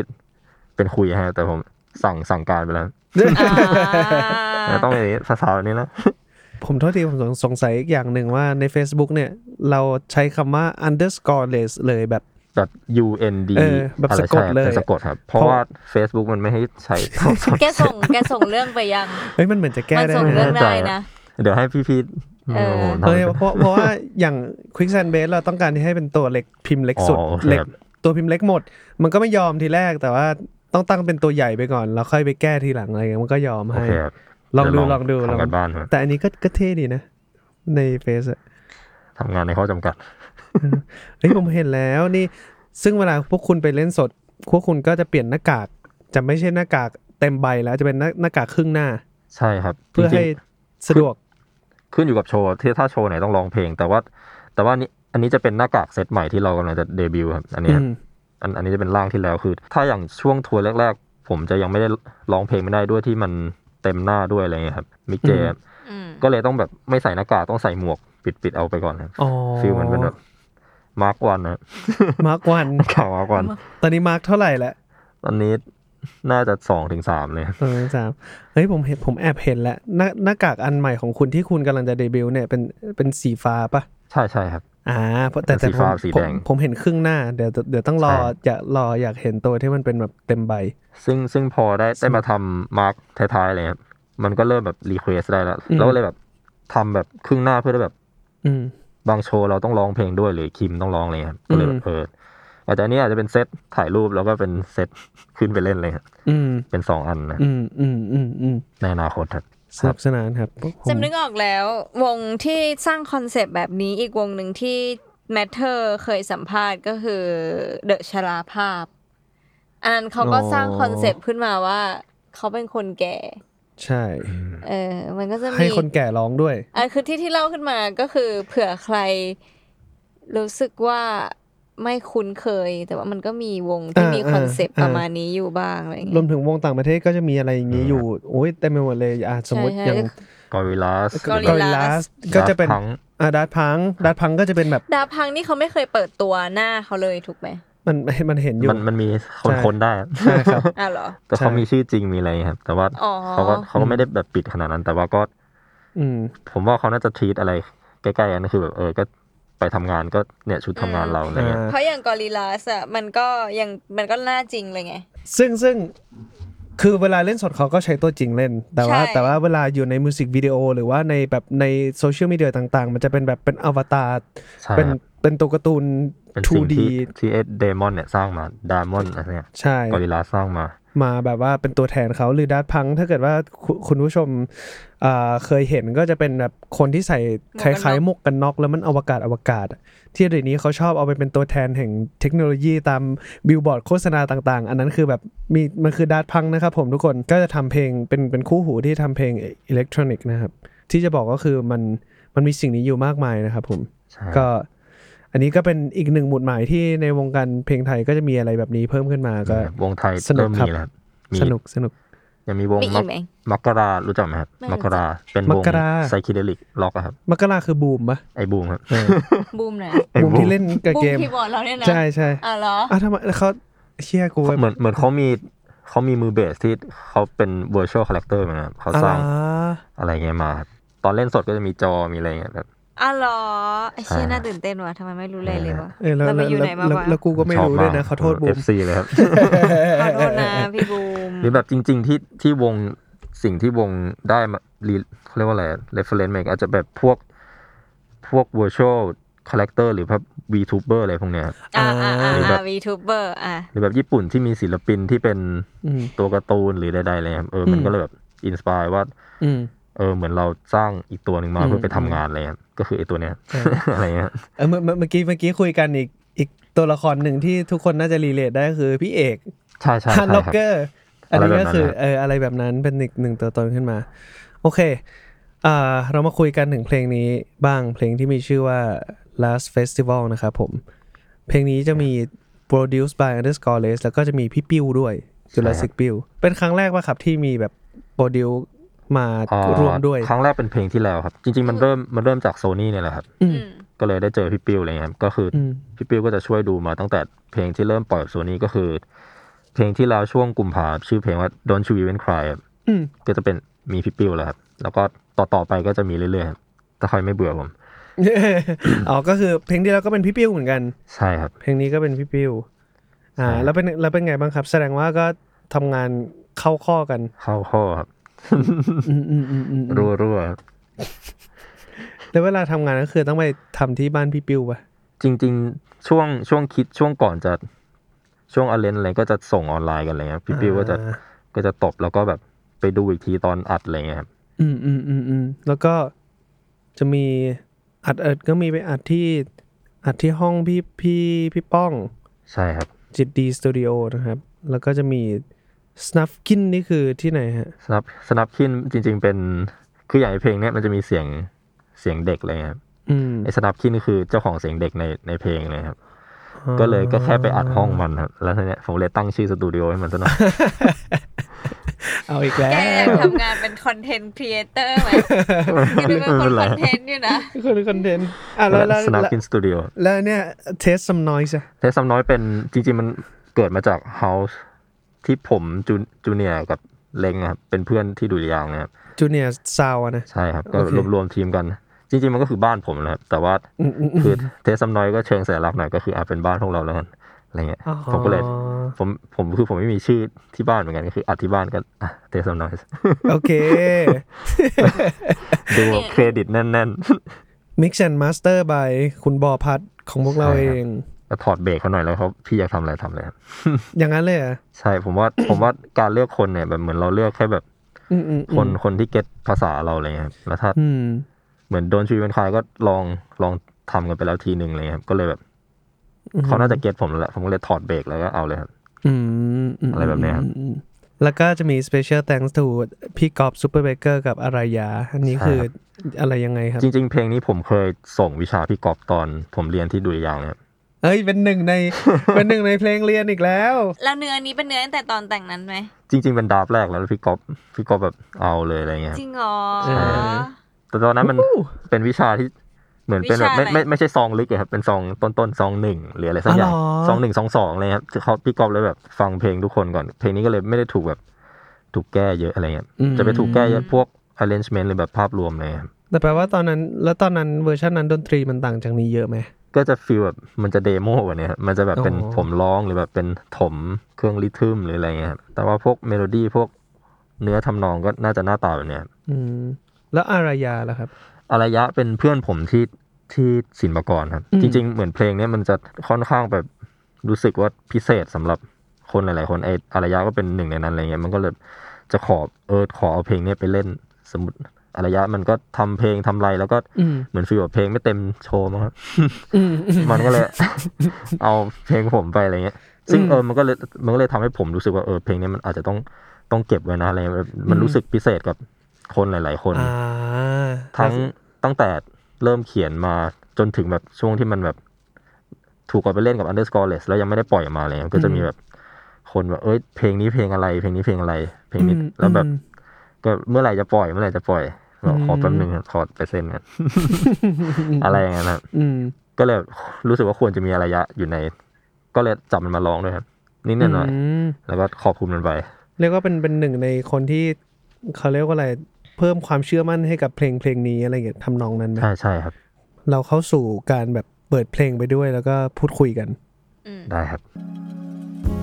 C: เป็นคุยฮะแต่ผมสั่งสั่งการไปแล้ว
A: อ่า
C: แต่ต้องอย่างนี้ภาษาแบบนี้นะ
B: ผมโทษทีผมสงสงสัยอีกอย่างหนึ่งว่าใน Facebook เนี่ย เราใช้คำว่า underscore less เลยแบบ
C: แบบ U N D
B: เออแบบสะกดเลย
C: ป็นสะกดครับ เพราะ
B: เพราะ
C: ว่า Facebook มันไม่ให้ใช้
A: แกส่งแกส่งเรื่องไปยัง
B: เฮ้ยมันเหมือนจะแก้
A: มัน
B: ได้
A: ส่ง
B: นะ
A: เรื่อง
C: แน่ใจ
A: ได้
C: อะ
A: นะ
C: เดี๋ยวให้พี่ๆ
A: เออ
C: โอ้โหทำ
B: เฮ้ย
C: เป็น
B: เพราะเพราะว่าอย่าง quicksand base เราต้องการที่ให้เป็นตัวเล็กพิมพ์เล็กสุด
C: อ๋อโอเค
B: เล็ก
C: ครับ
B: ตัวพิมพ์เล็กหมด มันก็ไม่ยอมทีแรกแต่ว่าต้องตั้งเป็นตัวใหญ่ไปก่อนแล้วค่อยไปแก้ทีหลังอะไรเงี้ยมันก็ยอม
C: โอ
B: ให้
C: เคครับ
B: ลองดู
C: เยว
B: ลองดูลอง
C: ทำกัน
B: ดู
C: บ้านครับ
B: แต่อันนี้ก็ก็เท่ดีนะ ในเฟซอะ
C: ทำงานในข้อจำกัด
B: เฮ้ยผมเห็นแล้วนี่ ซึ่งเวลาพวกคุณไปเล่นสด พวกคุณก็จะเปลี่ยนหน้ากาก จะไม่ใช่หน้ากากเต็มใบแล้วจะเป็นหน้าหน้ากากครึ่งหน้า
C: ใช่ครับ
B: เพื่อ
C: จริ
B: ให้
C: งๆ
B: สะดวก
C: ขึ้นอยู่กับโชว์ที่ถ้าโชว์ไหนต้องร้องเพลง แต่ว่า แต่ว่านี่ อันนี้จะเป็นหน้ากากเซตใหม่ที่เรากำลังจะเดบิวต์ครับอันเนี้ย
B: อืม
C: อันอันนี้จะเป็นร่างที่แล้วคือ ถ้าอย่างช่วงทัวร์แรกๆ ผมจะยังไม่ได้ร้องเพลงไม่ได้ด้วยที่มันเต็มหน้าด้วยอะไรเงี้ยครับมิกเจ
B: อืม
A: อืม
C: ก็เลยต้องแบบไม่ใส่หน้ากากต้องใส่หมวกปิดปิดเอาไปก่อนครับ
B: อ๋อ
C: ฟิลมันเป็นแบบมาร์กวันนะ
B: มาร์กวัน
C: ข่าวมาร์กวัน
B: ตอนนี้มาร์กเท่าไหร่แล้ว
C: ตอนนี้น่าจะสองถึงสามเลยครับ
B: เออสามเฮ้ยผมเห็นผมแอบเห็นแล้วหน้าหน้ากากอันใหม่ของคุณที่คุณกำลังจะเดบิวต์เนี่ยเป็นเป็นสีฟ้าปะ
C: ใช่ใช่ครับ
B: อ่าเพราะแต่แต่
C: สี
B: ผม
C: ฟ้าสี
B: ผ
C: แด
B: ม
C: ง
B: ผมเห็นครึ่งหน้าเดี๋ยวเดี๋ยวต้องรอ
C: ใช่
B: อยากรออยากเห็นตัวที่มันเป็นแบบเต็มใบ
C: ซึ่งซึ่งพอได้ได้มาทำมาร์กท้ายๆอะไรเลยครับมันก็เริ่มแบบรีเควสได้แล้ว
B: อืม
C: แล้วก็เลยแบบทำแบบครึ่งหน้าเพื่อได้แบบ
B: อืม
C: บางโชว์เราต้องร้องเพลงด้วยหรือคิมต้องร้องอะไรเลยครับก็เลยแบ
B: อื
C: บ
B: ม
C: เอออาจจะอันนี้อาจจะเป็นเซตถ่ายรูปแล้วก็เป็นเซต ขึ้นไปเล่นเลยครับ
B: อืม
C: เป็นสองอันนะ
B: อืมอืมอืมอืม
C: ในอนาคตครับ
B: ส
C: ครั
B: นุ
C: บ
B: กสนานครับผม
A: จำนึกออกแล้ว วงที่สร้างคอนเซปต์แบบนี้อีกวงหนึ่งที่แมทเ e อร์เคยสัมภาษณ์ก็คือเดอะชราภาพ อันนั้นเขาก็สร้างคอนเซปต์ขึ้นมาว่า เขาเป็นคนแก่
B: ใช่
A: เออ มันก็จะ
B: ให้
A: มี
B: คนแก่ร้องด้วย
A: อันคือที่ที่เล่าขึ้นมาก็คือเผื่อใครรู้สึกว่าไม่คุ้นเคย แต่ว่ามันก็มีวงที่
B: อ่ามี
A: มีคอนเซปต์
B: อ่า
A: ประมาณนี้อยู่บ้างอะไรอย่าง
B: รว
A: เงี้
B: ม
A: ย
B: ถึงวงต่างประเทศก็จะมีอะไรอย่างนี้อยู่โอ้ยเต็มไปหมดเลยอ่ะสมมติ
A: ใช่
B: อย่าง
A: ใช่
C: กอริลลาส
A: Gorillaz
B: กอริลาสก็จะเป็น
C: ทั้ง
B: อ่าดาร์พังดาร์พังก็จะเป็นแบบ
A: ดาพังนี่เขาไม่เคยเปิดตัวหน้าเขาเลยถูกไหม
B: มันมันเห็นอยู่
C: มันมันมีคน
B: ใช่
C: คนได้
B: ใช่ครับ
A: อ้าวเหรอ
C: แต่เขา
B: ใช่
C: มีชื่อจริงมีอะไรครับ แต่ว่า
A: อ๋อ
C: เขาก็เขาก็ไม่ได้แบบปิดขนาดนั้น แต่ว่าก็
B: อืม
C: ผมว่าเขาน่าจะทีตอะไรใกล้ๆกันก็คือแบบเออก็ไปทำงานก็เนี่ยชุดทำงานเราอะไรเงี้ย
A: เพราะอย่างกอริลลาสอ่ะมันก็ยังมันก็หน้าจริงเลยไง
B: ซึ่งซึ่งคือเวลาเล่นสดเขาก็ใช้ตัวจริงเล่น แต่ว่า
A: ใช่
B: แต่ว่าเวลาอยู่ในมิวสิกวิดีโอหรือว่าในแบบในโซเชียลมีเดียต่างๆ มันจะเป็นแบบเป็นอวตาร
C: ใช่
B: เป็น
C: ครับ
B: เป็นตัวการ์ตูน
C: เป็นสิ่ง
B: 2D
C: ที่ที่เอสเดมอนเนี่ยสร้างมาดามอนอะไรเนี่ย
B: ใช่
C: กอริลลาสร้างมา
B: มาแบบว่าเป็นตัวแทนเขาหรือดัตพัง ถ้าเกิดว่าคุคุณผู้ชมอ่าเคยเห็นก็จะเป็นแบบคนที่ใส่คล้ายๆหมวกกันน็อกแล้วมันอวกาศอวกาศอะที่เดี๋ยวนี้เขาชอบเอาไปเป็นตัวแทนแห่งเทคโนโลยีตามบิลบอร์ดโฆษณาต่างๆ อันนั้นคือแบบมีมันคือดัตพังนะครับผมทุกคนก็จะทำเพลงเป็นเป็นคู่หูที่ทำเพลงอิเล็กทรอนิกส์นะครับ ที่จะบอกก็คือมันมันมีสิ่งนี้อยู่มากมายนะครับผม
C: ใช่
B: ก็อันนี้ก็เป็นอีกหนึ่งหมุดหมายที่ในวงการเพลงไทยก็จะมีอะไรแบบนี้เพิ่มขึ้นมาก็
C: วงไทย
B: สนุก
C: เริ่ม
B: ครับ
C: มีแล้วครับมี
B: สนุกสนุก
C: ยังมีวง
A: มีอีกไหม
C: มักกรารู้จักไหมครับ
A: ไม่รู้
C: มักก
A: จั
C: ราก เป็นวง
B: มักกรา
C: ไซคิเดลิกล็อกอะครับ
B: มกราคือบูมปะ
C: ไอ้บูมครับ
B: เออ
A: บูมนะ
B: บูมที่เล่นกับ
A: บูม
B: เกม
A: คีย์บอร์ดเราเนี่ยนะ
B: ใช่ใช่
A: อ่ะเหรอ
B: อ่ะทำไมแล้วเขาเชี่ยกู
C: เหมือนเหมือนเขามีเขามีมือเบสที่เขาเป็น virtual character เหมือนกันครับเขา
B: อะ
C: ส
B: ไร
C: ร้างอะไรเงี้ยมาครับตอนเล่นสดก็จะมีจอมีอะไรเงี้ยแบบ
A: อ่ะเหรอไอ้เชี่ย
C: อ่า
A: น่าตื่นเต้นว่ะทำไมไม่รู้เลยเลยวะ
B: เออแล้ว
A: เราไป
B: แล้ว
A: อยู่ไหนมา
B: แล้ว
A: วะ
B: แล้วกูก็ไม่รู้ด้วยนะขอโทษบู
C: เอ
B: ม
C: ฟซีเลยครับ
A: ขอโทษนะพี่บูม
C: หรือแบบจริง ๆ ที่ที่วงสิ่งที่วงได้มารีเขาเรียกว่าอะไร reference มาอีกอาจจะแบบพวกพวก virtual character หรือพวก VTuber อะไรพวกเนี้ยครับ
A: อ่าอ่าอ่า
C: หรือแบ
A: อ่า
C: บ
A: วีทูเบอร์อ่ะ
C: หรือแบบญี่ปุ่นที่มีศิลปินที่เป็น
B: อืม
C: ตัวการ์ตูนหรือใดๆอะไรเลยครับเออ มั
B: อื
C: น
B: ม
C: ก็เลยแบบอินสปายว่า
B: อืม
C: เออ เหมือนเราสร้างอีกตัวหนึ่งมา
B: อืม
C: เพื่อไปทำงานอะไรเลยครับก็คือไอ้ตัวเนี้ย
B: เออ
C: อะไรเงี้ย
B: เออเมื่อเมื่อเมื่อกี้เมื่อกี้คุยกันอีกอีกตัวละครหนึ่งที่ทุกคนน่าจะรีเลทได้ก็คือพี่เอก
C: ใช่ใช่
B: ฮั
C: ใช่
B: น
C: ค
B: ล็
C: รั
B: อบ กเกอร์อันนี้
C: อะไรแบบนั้
B: ก็คือเอออะไรแบบนั้น
C: นนะครับ
B: เป็นอีกหนึ่งตัวตนขึ้นมา โอเคอ่าเรามาคุยกันถึงเพลงนี้บ้างเพลงที่มีชื่อว่า last festival นะครับผม เพลงนี้จะมี produce by underscore less แล้วก็จะมีพี่ปิ้วด้วยจุลศิษย์ปิ้ว เป็นครั้งแรกว่าครับที่มีแบบ produce มา
C: อ่า
B: ร่วมด้วย
C: ครั้งแรกเป็นเพลงที่แล้วครับ จริง ๆ มันเริ่มมันเริ่มจากโซนี่เนี่ยแหละครับ
B: อืม
A: อืม
C: ก็เลยได้เจอพี่ปิ้วอะไรเงี้ยครับก็คืออ
B: อืม
C: พี่ปิ้วก็จะช่วยดูมาตั้งแต่เพลงที่เริ่มปล่อยโซนี่ก็คือ เพลงที่แล้วช่วงกุมภาชื่อเพลงว่า Don't You Even Cry ครับ
B: อืม
C: ก็จะเป็นมีพี่ปิ้วแล้วครับ แล้วก็ต่อๆไปก็จะมีเรื่อยๆครับถ้าใครไม่เบื่อผม
B: อ๋อก็คือเพลงที่แล้วก็เป็นพี่ปิ้วเหมือนกัน
C: ใช่ครับ
B: เพลงนี้ก็เป็นพี่ปิ้ว อ่า
C: ใช่
B: แล้วเป็นแล้วเป็นไงบ้างครับ แสดงว่าก็ทำงานเข้าข้อกัน
C: เข้าข้อครับ
B: อืมอืมอืมอืมอืม
C: รัวๆครับ
B: แล้วเวลาทำงานก็คือต้องไปทำที่บ้านพี่ปิ้วปะ
C: จริงๆ ช่วงช่วงคิดช่วงก่อนจะช่วงอเลนอะไรก็จะส่งออนไลน์กันอะไรเลยครับพี่ปิ้วก็จะ
B: อ่า
C: ก็จะตบแล้วก็แบบไปดูอีกทีตอนอัดอะไรเงี้ยครับ
B: อืมอืมอืมอืมแล้วก็จะมีอัดเอิดก็มีไปอัดที่อัดที่ห้องพี่พี่พี่ป้อง
C: ใช่ครับ
B: จิตดีสตูดิโอนะครับ แล้วก็จะมี Snufkin นี่คือที่ไหนฮะ
C: สนับสนับขึ้นจริง ๆ เป็นคืออย่างไอ้เพลงเนี้ยมันจะมีเสียงเสียงเด็กอะไรเลยครับ
B: อืม
C: ไอ้สนับคินคือเจ้าของเสียงเด็กในในเพลงเลยครับ ก็เลยก็แค่ไปอัดห้องมันครับแล้วทีเนี้ยผมเลยตั้งชื่อสตูดิโอให้มันซะหน่อย
B: เอาอีกแล้
A: แกอยาก
B: ว
A: ทำงานเป็นคอนเทนต์ครีเอเตอร์ไหมแกดูเป็นคนคอนเทนต์อยู่นะ
B: คนคอนเทนต์อ่ะแล้วแล้ว
C: สนับ
B: แล้ว
C: คินสตูดิโอ
B: แล้วเนี่ยเทสซัมนอยส์
C: เทสซัมน้อยเป็นจริงๆมันเกิดมาจากเฮาส์ที่ผมจูจูเนียร์กับเลงครับเป็นเพื่อนที่ดูดยางนะครับ
B: จูเนียร์ซาวนะ
C: ใช่ครับ ก็
B: โอเค
C: รวมรวมทีมกัน จริง ๆ มันก็คือบ้านผมนะครับ แต่ว่า
B: อืมอืมอืม
C: คือ เทสซัมน้อยก็เชิงสัญลักษณ์หน่อยก็คืออาเป็นบ้านของเราแล้วกันอะไรเงี้ย
B: อ๋อ
C: ผมก็เลยผมผมคือผมไม่มีชื่อที่บ้านเหมือนกันก็คืออัดที่บ้านก็อ่ะเทสซัมน้อย
B: โอเค
C: ดูแบบเครดิตแน่น
B: Mix and Master by คุณบอพัดของพวกเรา
C: ใช่
B: เอ
C: ครับ
B: ง
C: ๆ แล้วถอดเบรกเขาหน่อยแล้วเขาพี่อยากทำอะไรทำเลยครับ
B: อย่างนั้นเลยเหรอ่ะ
C: ใช่ผมว่า ผมว่าการเลือกคนเนี่ยแบบเหมือนเราเลือกแค่แบบ
B: อืมอืมอืม
C: คนคนที่เก็ตภาษาเราอะไรเงี้ยครับแล้วถ้า
B: อืม
C: เหมือนโดนชีวิตเป็นคายก็ลองลองทำกันไปแล้วทีหนึ่งอะไรเลยครับก็เลยแบบเขาน่าจะเก็ตผมแล้วแหละผมก็เลยถอดเบรกแล้วก็เอาเลยครับ
B: อืมม
C: อะไรแบบเนี้ยครับ
B: อืมแล้วก็จะมี special thanks to พี่กอบซูเปอร์เบเกอร์กับอารายา อันนี้คืออะไรยังไงครับ
C: จริงๆ เพลงนี้ผมเคยส่งวิชาพี่กอบตอนผมเรียนที่ดุริยางค์เนี่ย
B: เอ้ย เป็นหนึ่งใน เป็นหนึ่งในเพลงเรียนอีกแล้ว
A: แล้วเนื้อนี้เป็นเนื้อตั้งแต่ตอนแต่งนั้นไหม
C: จริง ๆ เป็นดราฟแรกแล้วพี่กอบพี่กอบแบบเอาเลยอะไรเงี้ย
A: จริงเหรอ
B: ใช่
C: แต่ตอนนั้นมันเป็นวิชาที่เหมือนเป็นแบบ
A: วิชา
C: ไม่
A: อะไร
C: ไม่ไม่ใช่ซองลึกอะครับเป็นซองต้นต้นๆซองหนึ่งหรืออะไรสักอย่าง
B: อ๋อเหรอ
C: ซองหนึ่งซองสองเลยครับเขาพี่กอบเลยแบบฟังเพลงทุกคนก่อน เพลงนี้ก็เลยไม่ได้ถูกแบบถูกแก้เยอะอะไรเงี้ยจะไปถูกแก้เยอะพวก arrangement หรือแบบภาพรวมเลยครับ
B: แต่แปลว่าตอนนั้น แล้วตอนนั้นเวอร์ชันนั้นดนตรีมันต่างจากนี้เยอะไหม
C: ก็จะฟีลแบบมันจะเดโมกว่านี้ครับมันจะแบบเป็น
B: อ๋อ
C: ผมร้องหรือแบบเป็นถมเครื่องริทึมหรืออะไรเงี้ยครับแต่ว่าพวกเมโลดี้พวกเนื้อทำนองก็น่าจะหน้าตาแบบเนี้ยครับ
B: อืม แล้วอารายาล่ะครับ
C: อารยะเป็นเพื่อนผมที่ที่ศิลปากรครับ
B: อืม
C: จริง ๆ เหมือนเพลงเนี้ยมันจะค่อนข้างแบบรู้สึกว่าพิเศษสำหรับคนหลายๆ คนไออารยะก็เป็นหนึ่งในนั้นอะไรเงี้ยมันก็เลยจะขอเออขอเอาเพลงเนี้ยไปเล่นสมมติอารยะมันก็ทำเพลงทำไรแล้วก็
B: อืม
C: เหมือนฟีลแบบเพลงไม่เต็มโชว์มั้งครับ
B: อืม
C: มันก็เลย เอาเพลงผมไปอะไรเงี้ย ซึ่ง
B: อืม
C: เออมันก็เลยมันก็เลยทำให้ผมรู้สึกว่าเออเพลงนี้มันอาจจะต้องต้องเก็บไว้นะอะไรเงี้ยแบบมัน
B: อืม
C: รู้สึกพิเศษกับคนหลาย ๆ คน
B: อ่า
C: ทั้งตั้งแต่เริ่มเขียนมาจนถึงแบบช่วงที่มันแบบถูกเอาไปเล่นกับ underscoreless แล้วยังไม่ได้ปล่อยออกมาเลยก็จะมีแบบคนแบบเอ้ยเพลงนี้เพลงอะไร เพลงนี้เพลงอะไร เพลงนี้
B: อืม
C: แล้วแบบ
B: อืม
C: ก็เมื่อไหร่จะปล่อยเมื่อไหร่จะปล่อยบอกขอ
B: อืม
C: แป๊บนึงครับขอไปเซ็นกัน อะไรอย่างเงี้ยครับ
B: อืม
C: ก็เลยรู้สึกว่าควรจะมีอารยะอยู่ใน ก็เลยจับมันมาร้องด้วยครับนิดหน่อย
B: ม
C: ๆแล้วก็ขอบคุณมันไป
B: เรียกว่าเป็นเป็นหนึ่งในคนที่เขาเรียกว่าอะไรเพิ่มความเชื่อมั่นให้กับเพลงเพลงนี้อะไรอย่างเงี้ยทำนองนั้นไหม
C: ใช่ใช่ครับ
B: เราเข้าสู่การแบบเปิดเพลงไปด้วยแล้วก็พูดคุยกัน
A: อืม
C: ได้ครับ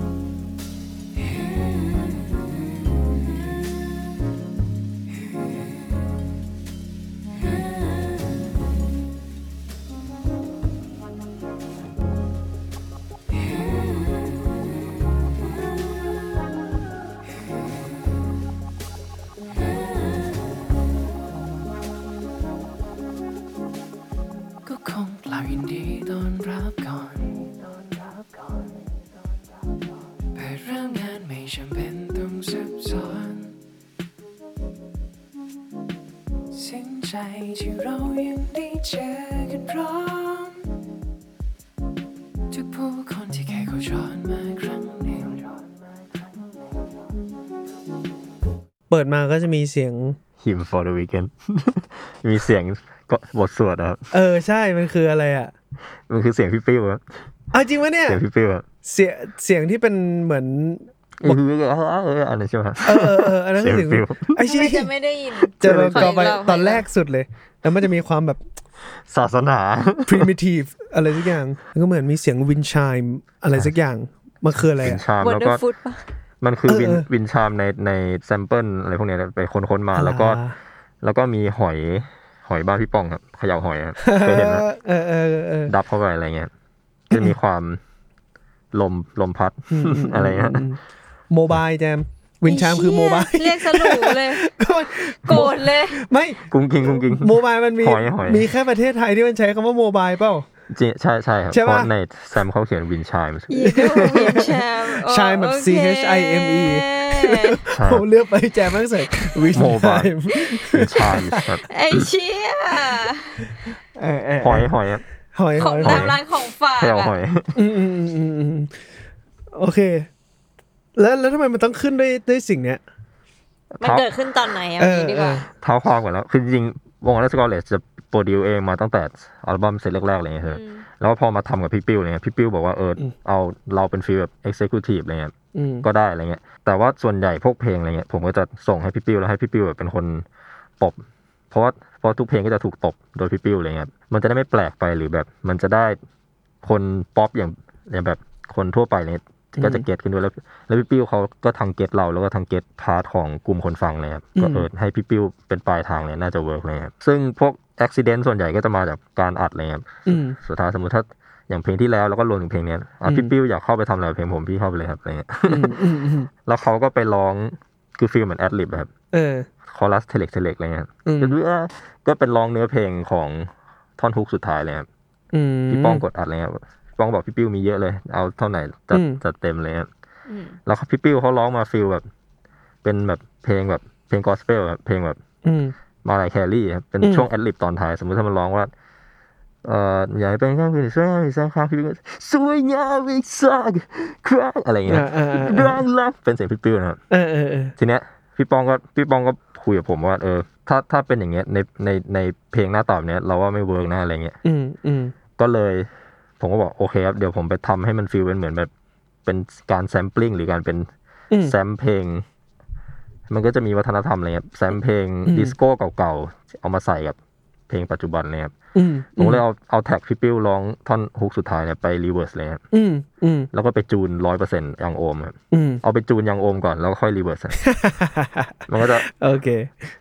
D: ก็คงเปล่ายินดีต้อนรับก่อนเปิดเรื่องงานไม่จำเป็นต้องซับซ้อนสิ้นใจที่เรายังได้เจอกันพร้อม ทุกผู้คนที่เคยโคจรมาครั้งหนึ่ง
B: เปิดมาก็จะมีเสียง
C: him for the weekend มีเสียงก็บทสวดนะครับ
B: เออใช่มันคืออะไรอ่ะ
C: มันคือเสียงพี่ปิ้วครับ
B: เอาจริงวะเนี่ย
C: เสียงพี่ปิ้วครับ
B: เสียงเสียงที่เป็นเหมือน
C: เออเออเอออันนั้นใช่ไหมครับ
B: เออเออเอออันนั้นคือ
C: เสี
B: เสียง
C: ยงฟิว
B: ไอ้ชี้
A: ไม่จะไม่ได้ยิน
B: เจอ
A: ข
B: กอ
A: อี
B: ไป
A: รบ
B: ตอนแรกสุดเลย แล้วมันจะมีความแบบ
C: ศาสนา
B: primitive อะไรสักอย่างแล้วก็เหมือนมีเสียงวินชายอะไรสักอย่างมันคืออะไร
C: วิน
B: อ่ะ
C: ชาม
A: วอ
C: แล้ว
A: เดอ
C: ก็
A: ร์ฟุตปะ
C: มันคือ
B: เออ
C: วิน
B: เออ
C: วินชามในในแซมเปิลอะไรพวกเนี้ยไปค้นๆมาแล้วก็ แล้วก็มีหอยหอยบ้านพี่ป้องครับเขย่าหอยครับเคยเห็น ไหม
B: เออเออเออเออ
C: ดับเข้าไปอะไรเงี้ย จะมีความลมลมพัด อะไรเงี้ย
B: โมบายแจมวินชามคือโม บาย
A: เรียกสลูเลย โกรธเลย
B: ไม่
C: กุ้งกิงกุ้งกิง
B: โมบายมันมี
C: หอยหอย
B: มีแค่ประเทศไทยที่มันใช้คำว่าโมบายเปล่า
C: จริงใช่ใช่ครับ
B: ใช่
C: เพ
B: ปะ
C: ราะในแซมเขาเขียนวินชาย
A: อีดูวินแชมโอ้
B: ชายแบบ
A: โอเค
B: C H I M E
C: ใช่ค
B: ผ
C: รับ
B: มเลือกไปแจมมั่งเสร็จวิน
C: โมบาย
B: ชาม
C: วินชายครับ
A: ไอเชี่ย
B: อ เออเ
C: หอยหอยครับ
B: หอย
A: ข
B: ห
A: อ
B: อง ย
A: ตามร้านของฝาก
C: แถว
A: อะ
C: หอย
B: อืมอืมอืมอืมโอเค แล้วแล้วทำไมมันต้องขึ้นด้วยด้วยสิ่งเนี้ย
A: มันเกิดขึ้นตอนไหนอะ
B: เออ
A: พี่ดีกว่า
B: เออ
C: เท้าความก่อนแล้ว คือจริงๆวง Alaska สกอเลสจะโปรดิวเองมาตั้งแต่อัลบั้มเซตแรกๆอะไรอย่างเงี้ยเถอะแล้วพอมาทำกับพี่ปิ้วเนี่ยพี่ปิ้วบอกว่าเอออเอาเราเป็นฟีลแบบเอ็กเซคิวทีฟอะไรเงี้ย
B: อืม
C: ก็ได้อะไรเงี้ยแต่ว่าส่วนใหญ่พวกเพลงอะไรเงี้ยผมก็จะส่งให้พี่ปิ้วแล้วให้พี่ปิ้วแบบเป็นคนตบเพราะว่าเพราะทุกเพลงก็จะถูกตบโดยพี่ปิ้วอะไรเงี้ยมันจะได้ไม่แปลกไปหรือแบบ มันจะได้คนป๊อปอย่างอย่างแบบคนทั่วไปเนี่ยก็จะเก็ตกันด้วยแล้วแล้วพี่ปิ้วเขาก็ทางเก็ตเราแล้วก็ทางเก็ตพาร์ทของกลุ่มคนฟังเลยครับก็เออ ให้พี่ปิ้วเป็นปลายทางเลยน่าจะเวิร์กเลยครับซึ่งพวกอุบิเหตุส่วนใหญ่ก็จะมาจากการอัดเลยครับ
B: อืม
C: สุดท้ายสมมติถ้าอย่างเพลงที่แล้วเราก็รวมถึงเพลงเนี้ยอ่ะพี่ปิ้วอยากเข้าไปทำอะไรกับเพลงผมพี่เข้าไปเลยครับอะไรเงี้ย
B: อืมอืมอืม
C: แล้วเขาก็ไปร้องคือฟีลเหมือนแอดลิบครับ
B: เออ
C: คอรัสเทเล็กเทเล็กอะไรเงี้ย
B: อืม
C: ก็คือว่าก็เป็นร้องเนื้อเพลงของท่อนฮุกสุดท้ายเลยครับ
B: อืม
C: พี่ป้องกดอัดเลยครับพี่ป้องบอกพี่ปิ้วมีเยอะเลย เอาเท่าไหนจัด
B: อืม
C: จัดเต็มเลยครับ
A: อืม
C: แล้วพี่ปิ้วเขาร้องมาฟิลแบบ เป็นแบบเพลงแบบเพลงกอสเปลแบบเพลงแบบ
B: อืม
C: มาลายแคลรี่ครับเป็น
B: อืม
C: ช่วงแอดลิบตอนท้าย สมมติถ้ามันร้องว่าเอ่ออยากให้เป็นข้างคืนสวยงามอีกสักครั้งพี่ปิ้วก็สวยงามอีกสักครั้งอะไรอย่างเงี้ย
B: อ่าอ่าอ่า
C: รักรักเป็นเสียงพี่ปิ้วนะครับ
B: เออเออเออ
C: ทีเนี้ยพี่ปองก็พี่ปองก็คุยกับผมว่าเออถ้าถ้าเป็นอย่างเงี้ยในในในเพลงหน้าตอบเนี้ยเราว่าไม่เวิร์กนะอะไรเงี้ย
B: อืมอืม
C: ก็เลยผมก็บอกโอเคครับเดี๋ยวผมไปทำให้มันฟีลเป็นเหมือนแบบเป็นการแซมปลิ้งหรือการเป็น
B: อืม
C: แซมเพลง มันก็จะมีวัฒนธรรมอะไรครับแซมเพลง
B: อืม
C: ดิสโก้เก่าๆ เอามาใส่กับเพลงปัจจุบันเลยครับ
B: อืม
C: ผมก็เลยเอาเอาแท็กพี่ปิ้วร้องท่อนฮุกสุดท้ายเนี่ยไปรีเวิร์สเลยครับ
B: อืมอืม
C: แล้วก็ไปจูนร้อยเปอร์เซ็นต์ยังโอมครับ
B: อืม
C: เอาไปจูนยังโอมก่อนแล้วก็ค่อยรีเวิร์สครับมันก็จะ
B: โอเค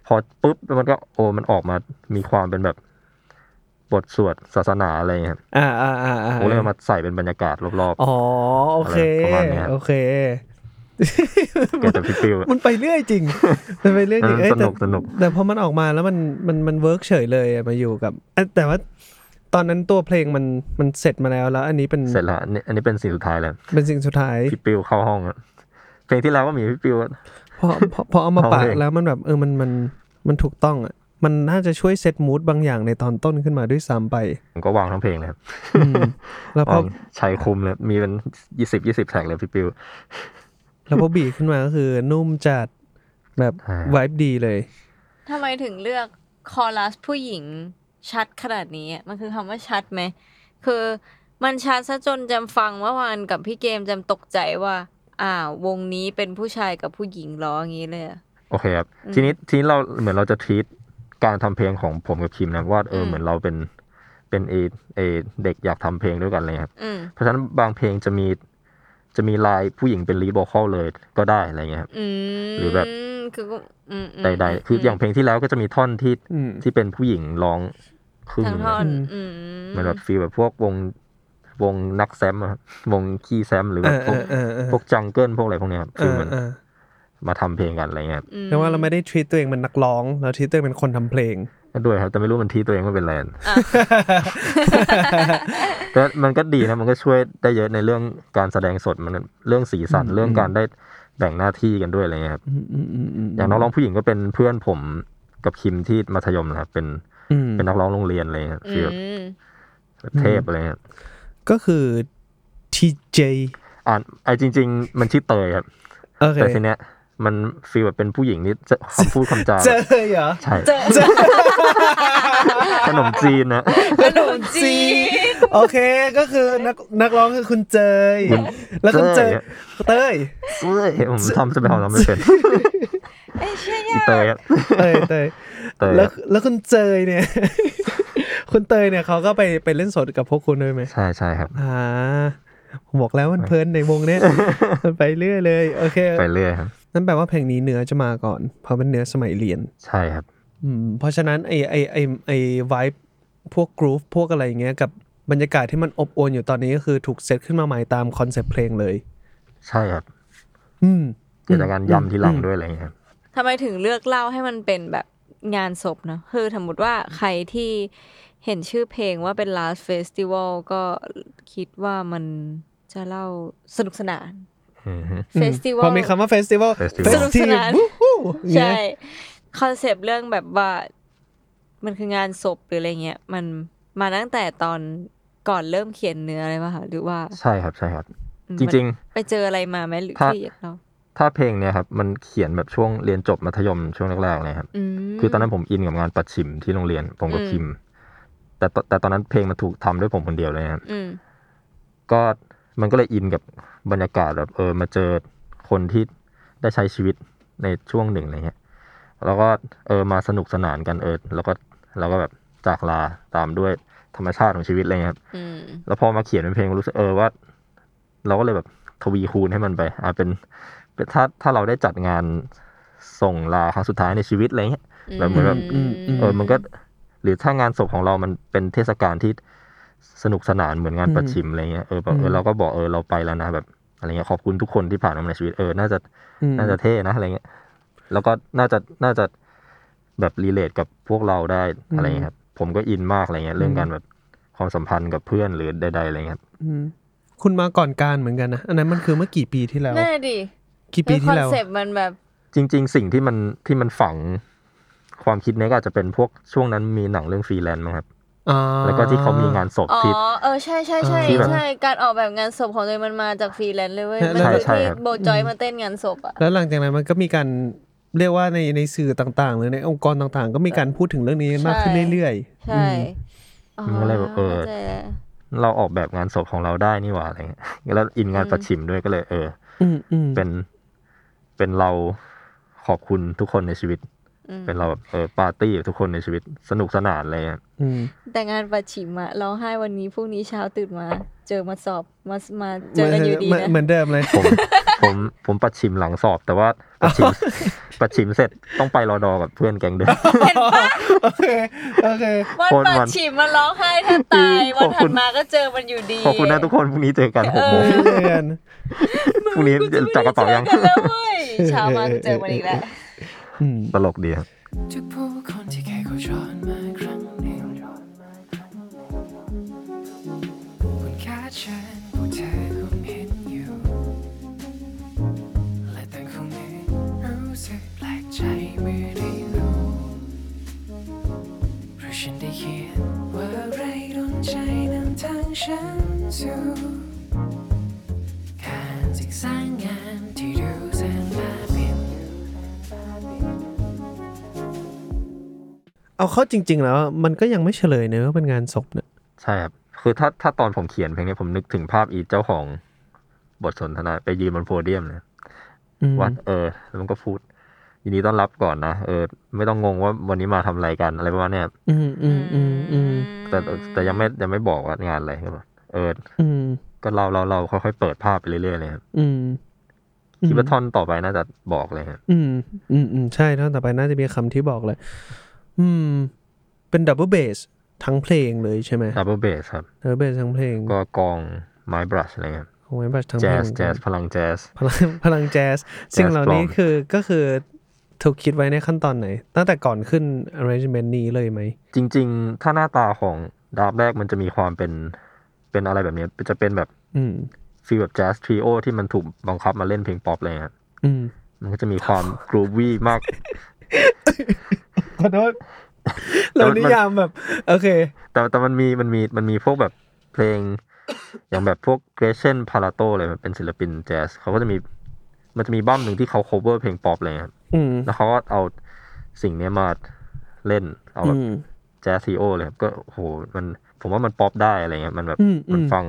C: พอปุ๊บแล้วมันก็โอ้มันออกมามีความเป็นแบบบทสวดศาสนาอะไรอย่างเงี้ยครับ
B: อ่าอ่าอ่าอ่า
C: ผมเลยเอามาใส่เป็นบรรยากาศรอบๆ
B: อ๋อโอเค
C: อะไรประมาณเนี้ย
B: โอเค
C: เกิดจากพี่ปิ้ว
B: มันไปเรื่อย จริง มันไปเรื่อยจริง
C: เออ
B: เอ้ยแต่
C: สนุกสนุก
B: แต่พอมันออกมาแล้วมันมันมันเวิร์กเฉยเลยอะมาอยู่กับเอ้ยแต่ว่าตอนนั้นตัวเพลงมันมันเสร็จมาแล้วแล้ว อันนี้เป็น
C: เสร็จแล้วอันนี้อันนี้เป็นสิ่งสุดท้ายแล้ว
B: เป็นสิ่งสุดท้าย
C: พี่ปิ้วเข้าห้องอะเพลงที่แล้วก็มีพี่ปิ้ว
B: พอพอพอเอามา
C: เอา
B: ปะ
C: เพลง
B: แล้วมันแบบเออมันมันมันถูกต้องอ่ะมันน่าจะช่วยเซตมูดบางอย่างในตอนต้นขึ้นมาด้วยซ้ำไป
C: ผมก็วางทั้งเพลงเลยครับ
B: อืมแล้วพ
C: วา
B: อง
C: ใช้คุมเลยมีเป็นยี่สิบยี่สิบแท็กเลยพี่ปิ้ว
B: แล้วพอบีบขึ้นมาก็คือนุ่มจัดแบบ
C: อ่า
B: ไวบ์ดีเลย
A: ทำไมถึงเลือกคอรัสผู้หญิงชัดขนาดนี้อะมันคือคำว่าชัดไหม คือมันชัดซะจนจำฟังเมื่อวานกับพี่เกมจำตกใจว่า อ่าววงนี้เป็นผู้ชายกับผู้หญิงร้องอย่างนี้เลยอะ
C: โอเคครับทีนี้ทีนี้เราเหมือนเราจะทีตการทำเพลงของผมกับคิมนะว่าเออ
A: ม
C: เหมือนเราเป็นเป็นเอเอเด็กอยากทำเพลงด้วยกันเลยครับ
A: อืม
C: เพราะฉะนั้นบางเพลงจะมีจะมีลายผู้หญิงเป็นรีโบคอลเลยก็ได้อะไรเงี้ยครับ
A: อืม
C: หรือแบบ
A: คือก็อืมอืม
C: ใดๆคืออย่างเพลงที่แล้วก็จะมีท่อนที่
B: อืม
C: ที่เป็นผู้หญิงร้องครึ่ง
A: ทั้ง
C: หนึ่ง
A: ท่อน
C: อะ
A: อืม
C: เหมันแบบฟีลแบบพวกวงวงนักแซมอะครับวงขี้แซมหรือแบบพวก
B: เออเออเออ
C: พวกจังเกิลพวกอะไรพวกเนี้ยครับคือเหมัน
B: เออ
C: มาทำเพลงกันอะไรเงี้ยครับ
A: อืม
B: เรียกว่าเราไม่ได้ท e a t ตัวเองเป็นนักร้องเราท e a t ตัวเองเป็นคนทำเพลง
C: ก็ด้วยครับแต่ไม่รู้มันทีตัวเองว่าเป็นแลน แต่มันก็ดีนะมันก็ช่วยได้เยอะในเรื่องการแสดงสดมันเรื่องสีสันเรื่องการได้แบ่งหน้าที่กันด้วยอะไรเงี้ยครับ
B: อืมอืมอืมอืม
C: อย่างนักร้องผู้หญิงก็เป็นเพื่อนผมกับคิมที่มัธยมนะครับเป็น
B: อืม
C: เป็นนักร้องโรงเรียนเลยครับ
A: อื
C: คือแบบ
A: ม
C: เทพอะไรครับ
B: ก็คือทีเจ
C: อ่านไอ้จริง ๆ มันชื่อเตยครับ
B: โอเค
C: แต่ทีเนี้ยมันฟีลแบบเป็นผู้หญิงนี่จะคำพูดคำจา
B: เจอเหรอ
C: ใช่
A: เจอ
C: ขนมจีนนะ
A: ขนมจีน
B: โอเคก็คือนักนักร้องคือคุณเจยแล้วคุณเจยเต้ย
C: เอ้ยผมทำจะไปทำทำไม่เป็นอีเตยอะ
B: เต้ยเต้ย
C: เตย
B: แล้ว
C: อะ
B: แล้วคุณเจยเนี่ย คุณเตยเนี่ยเขาก็ไปไปเล่นสดกับพวกคุณด้วยไหม
C: ใช่ใช่ครับ
B: อ่าผมบอกแล้วมันเพลินในวงเนี้ย มันไปเรื่อยเลยโอเค
C: ไปเรื่อยครับ
B: นั่นแปลว่าเพลงนี้เนื้อจะมาก่อน เพราะเป็นเนื้อสมัยเรียน
C: ใช่ครับ
B: อืมเพราะฉะนั้นไอไอไอไอไวท์พวกกรูฟพวกอะไรอย่างเงี้ยกับบรรยากาศที่มันอบอวลอยู่ตอนนี้ก็คือถูกเซตขึ้นมาใหม่ตามคอนเซปต์เพลงเลย
C: ใช่ครับ
B: อืม
C: เกิดจากการย้ำที่หลังด้วยอะไรอย่างเงี้ยครับ
A: ทำไมถึงเลือกเล่าให้มันเป็นแบบงานศพเนอะคือสมมติว่าใครที่เห็นชื่อเพลงว่าเป็น last festival ก็คิดว่ามันจะเล่าสนุกสนาน
C: อือฮึ
A: festival
B: พอมีคำว่าเฟสติวัล
C: Festival
A: สนุกสนาน
B: ใช่
A: ใช่ คอนเซปต์เรื่องแบบว่า มันคืองานศพหรืออะไรเงี้ย มัน มาตั้งแต่ตอนก่อนเริ่มเขียนเนื้อเลยป่ะคะหรือว่า
C: ใช่ครับใช่ครับ
A: อืม
C: จริง
A: มันไปเจออะไรมาไหมหรือ
C: ถ้า
A: ที่เรา
C: ๆ ถ้าเพลงเนี่ยครับมันเขียนแบบช่วงเรียนจบมัธยมช่วงแรกๆเลยครับ
A: อืม
C: คือตอนนั้นผมอินกับงานปัดชิมที่โรงเรียนผมกับ
A: อืม
C: คิม แต่ตแต่ตอนนั้นเพลงมันถูกทำด้วยผมคนเดียวเลยนะครับ
A: อืม
C: ก็มันก็เลยอินกับบรรยากาศแบบเออมาเจอคนที่ได้ใช้ชีวิตในช่วงหนึ่งอะไรเงี้ยแล้วก็เออมาสนุกสนานกันเออแล้วก็แล้วก็แบบจากลาตามด้วยธรรมชาติของชีวิตอะไรเงี้ยครับ
A: อืม
C: แล้วพอมาเขียนเป็นเพลงรู้สึกเออว่า เราก็เลยแบบทวีคูณให้มันไปอ่าเป็นเป็นถ้าถ้าเราได้จัดงานส่งลาครั้งสุดท้ายในชีวิตอะไรเงี้ย แบบเหมือนแบบ
B: อืมอืม
C: เออมันก็หรือถ้างานศพของเรามันเป็นเทศกาลที่สนุกสนานเหมือนงานประชิมอะไรเงี้ยเออแบบเออเราก็บอกเออเราไปแล้วนะแบบอะไรเงี้ยขอบคุณทุกคนที่ผ่านมาในชีวิตเออน่าจะ
B: อืม
C: น่าจะเท่นะอะไรเงี้ยแล้วก็น่าจะน่าจะแบบรีเลทกับพวกเราได้อะไรเงี้ยครับผมก็อินมากอะไรเงี้ยเรื่องการแบบความสัมพันธ์กับเพื่อนหรือใดๆอะไรเงี้ย
B: อืมคุณมาก่อนการเหมือนกันนะ อันนั้นมันคือเมื่อกี่ปีที่แล้ว
A: น่าดี
B: กี่ปี
A: ค
B: ที่
A: อน
B: แล้ว
A: เซปต์มันแบบ
C: จริง ๆ สิ่งที่มันที่มันฝังความคิดเนี้ก็อาจจะเป็นพวกช่วงนั้นมีหนังเรื่องฟรีแลนซ์มั้งครับ
B: อ่า
C: แล้วก็ที่เขามีงานศพ
A: อ๋อ
C: ที่
A: เออ ใช่ใช่ใช่
B: ที่แบบ
A: ใช่ การออกแบบงานศพของตัวเองมันมาจากฟรีแลนซ์เลยเว้ย
B: ใช่
A: มันคือ
C: ใช่
A: ที่
C: ครับ
A: โบจอย
B: อืม
A: มาเต้นงานศพอ่ะ
B: แล้วหลังจากนั้นมันก็มีการเรียกว่าในในสื่อต่างๆ หรือในองค์กรต่างๆ ก็มีการพูดถึงเรื่องนี้มากขึ้น
A: ใช่
B: เรื่อย
A: ใช่อ๋อ
C: มันก็เลยแบบเออ
A: ข้าใจแล้ว
C: เราออกแบบงานศพของเราได้นี่หว่าอะไรเงี้ยแล้วอินงาน
A: อืม
C: ประชิมด้วยก็เลยเออ
B: ๆ อืมอืม
C: เป็นเป็นเราขอบคุณทุกคนในชีวิต
A: อืม
C: เป็นเราแบบเออปาร์ตี้กับทุกคนในชีวิตสนุกสนานอะไรเงี้ย
B: อืม
A: แต่งานประชิมอะร้องไห้วันนี้พรุ่งนี้เช้าตื่นมา เจอมาสอบมามาเจอกันอยู่ดี
B: เหมือน
A: นะ
B: เหมือนเดิมเลย
C: ผมผมผมประชิมหลังสอบ แต่ว่าประชิมประชิมเสร็จต้องไปรอดอกับเพื่อนแกงเดิม
B: โอเค โอเค
A: วัน
C: คน
A: ปัด
C: วัน
A: ฉิมมันร้องไห้แทบตาย
C: อืม
A: วัน
C: ขอบ
A: ถั
C: คุ
A: ด
C: ณ
A: มาก็เจอมันอยู่ดี
C: ขอบคุณนะทุกคนพรุ่งนี้เจอกันหกโมง
B: เจอกัน
C: พรุ่งนี้
A: กูจะไม่
C: จั
A: ได้
C: กกระ
A: เจ
C: เป๋า
A: อ
C: ยัง
A: กันแล้วเว้ยเช้ามากูเจอมันอีกแล้ว
B: อืม
C: ตลกดีครับ
D: ทุกผู้คนที่เคยโคจรมาครั้งหนึ่งคุณค่าฉันพวกเธอคงเห็นอยู่ และต่างคงเห็นรู้สึกแปลกใจเมื่อได้รู้เพราะฉันได้เขียนว่าไรโดนใจนำทางฉันสู่การศึกษางานที่ดูแสนบ้าบิน
B: เอาเข้าจริง ๆ แล้ว มันก็ยังไม่เฉลยเนอะว่าเป็นงานศพเนี่ย
C: ใช่ครับ คือถ้าถ้าตอนผมเขียนเพลงนี้ผมนึกถึงภาพอีเจ้าของบทสนทนาไปยืนบนโพเดียมเลย
B: อืม
C: ว่าเออ แล้วมันก็พูด ยินดีต้อนรับก่อนนะ เออ ไม่ต้องงงว่าวันนี้มาทำอะไรกันอะไรประมาณเนี้ยครับ
B: อืมอืมอืมอืม
C: แต่แต่แต่ยังไม่ยังไม่บอกว่างานอะไรครับเออ
B: อืม
C: ก็เราเราเราค่อยๆเปิดภาพไปเรื่อยๆเลยครับ
B: อืม
C: คิดว่าท่อนต่อไปน่าจะบอกเลยครับ
B: อืมอืมอืมใช่ท่อนต่อไปน่าจะมีคำที่บอกเลย อืม เป็นดับเบิลเบสทั้งเพลงเลยใช่ไหม
C: ดับเบิลเบสครับ
B: ดับเบิลเบสทั้งเพลง
C: ก็กลองไม้บรัชอะไรครับ
B: ของไว้บัสทั้งเพ
C: แจ๊
B: ล
C: ส
B: ง
C: แจ๊สพลังแจ๊ส
B: พลังพลังแจ๊สสิ่งเหล่านี้
C: ปลอม
B: คือก็คือถูกคิดไว้ในขั้นตอนไหน ตั้งแต่ก่อนขึ้น arrangement นี้เลยไหม
C: จริง ๆ ถ้าหน้าตาของดาบแรกมันจะมีความเป็นเป็นอะไรแบบเนี้ยจะเป็นแบบ
B: อืม
C: ฟีลแบบแจ๊สทริโอที่มันถูกบังคับมาเล่นเพลงป๊อปเลยฮะ
B: อืม
C: มันก็จะมี ความ กรูวี่มาก
B: ขอโทษ
C: แต่
B: เรา
C: มัน
B: นิยามแบบ โอเค
C: แต่แต่มันมีมันมีมันมีพวกแบบเพลง อย่างแบบพวกเกรเชนพาราโตเลยมันเป็นศิลปินแจ๊สเขาก็จะมีมันจะมีบั้มหนึ่งที่เขา cover เพลงป๊อปเลยครับ
B: อืม
C: แล้วเขาก็เอาสิ่งเนี้ยมาเล่น เอาแบบ
B: อืม
C: แจ๊สทริโอเลยครับก็โอ้โหมันผมว่ามันป๊อปได้อะไรเงี้ยมันแบบ
B: อืมอืม
C: มันฟัง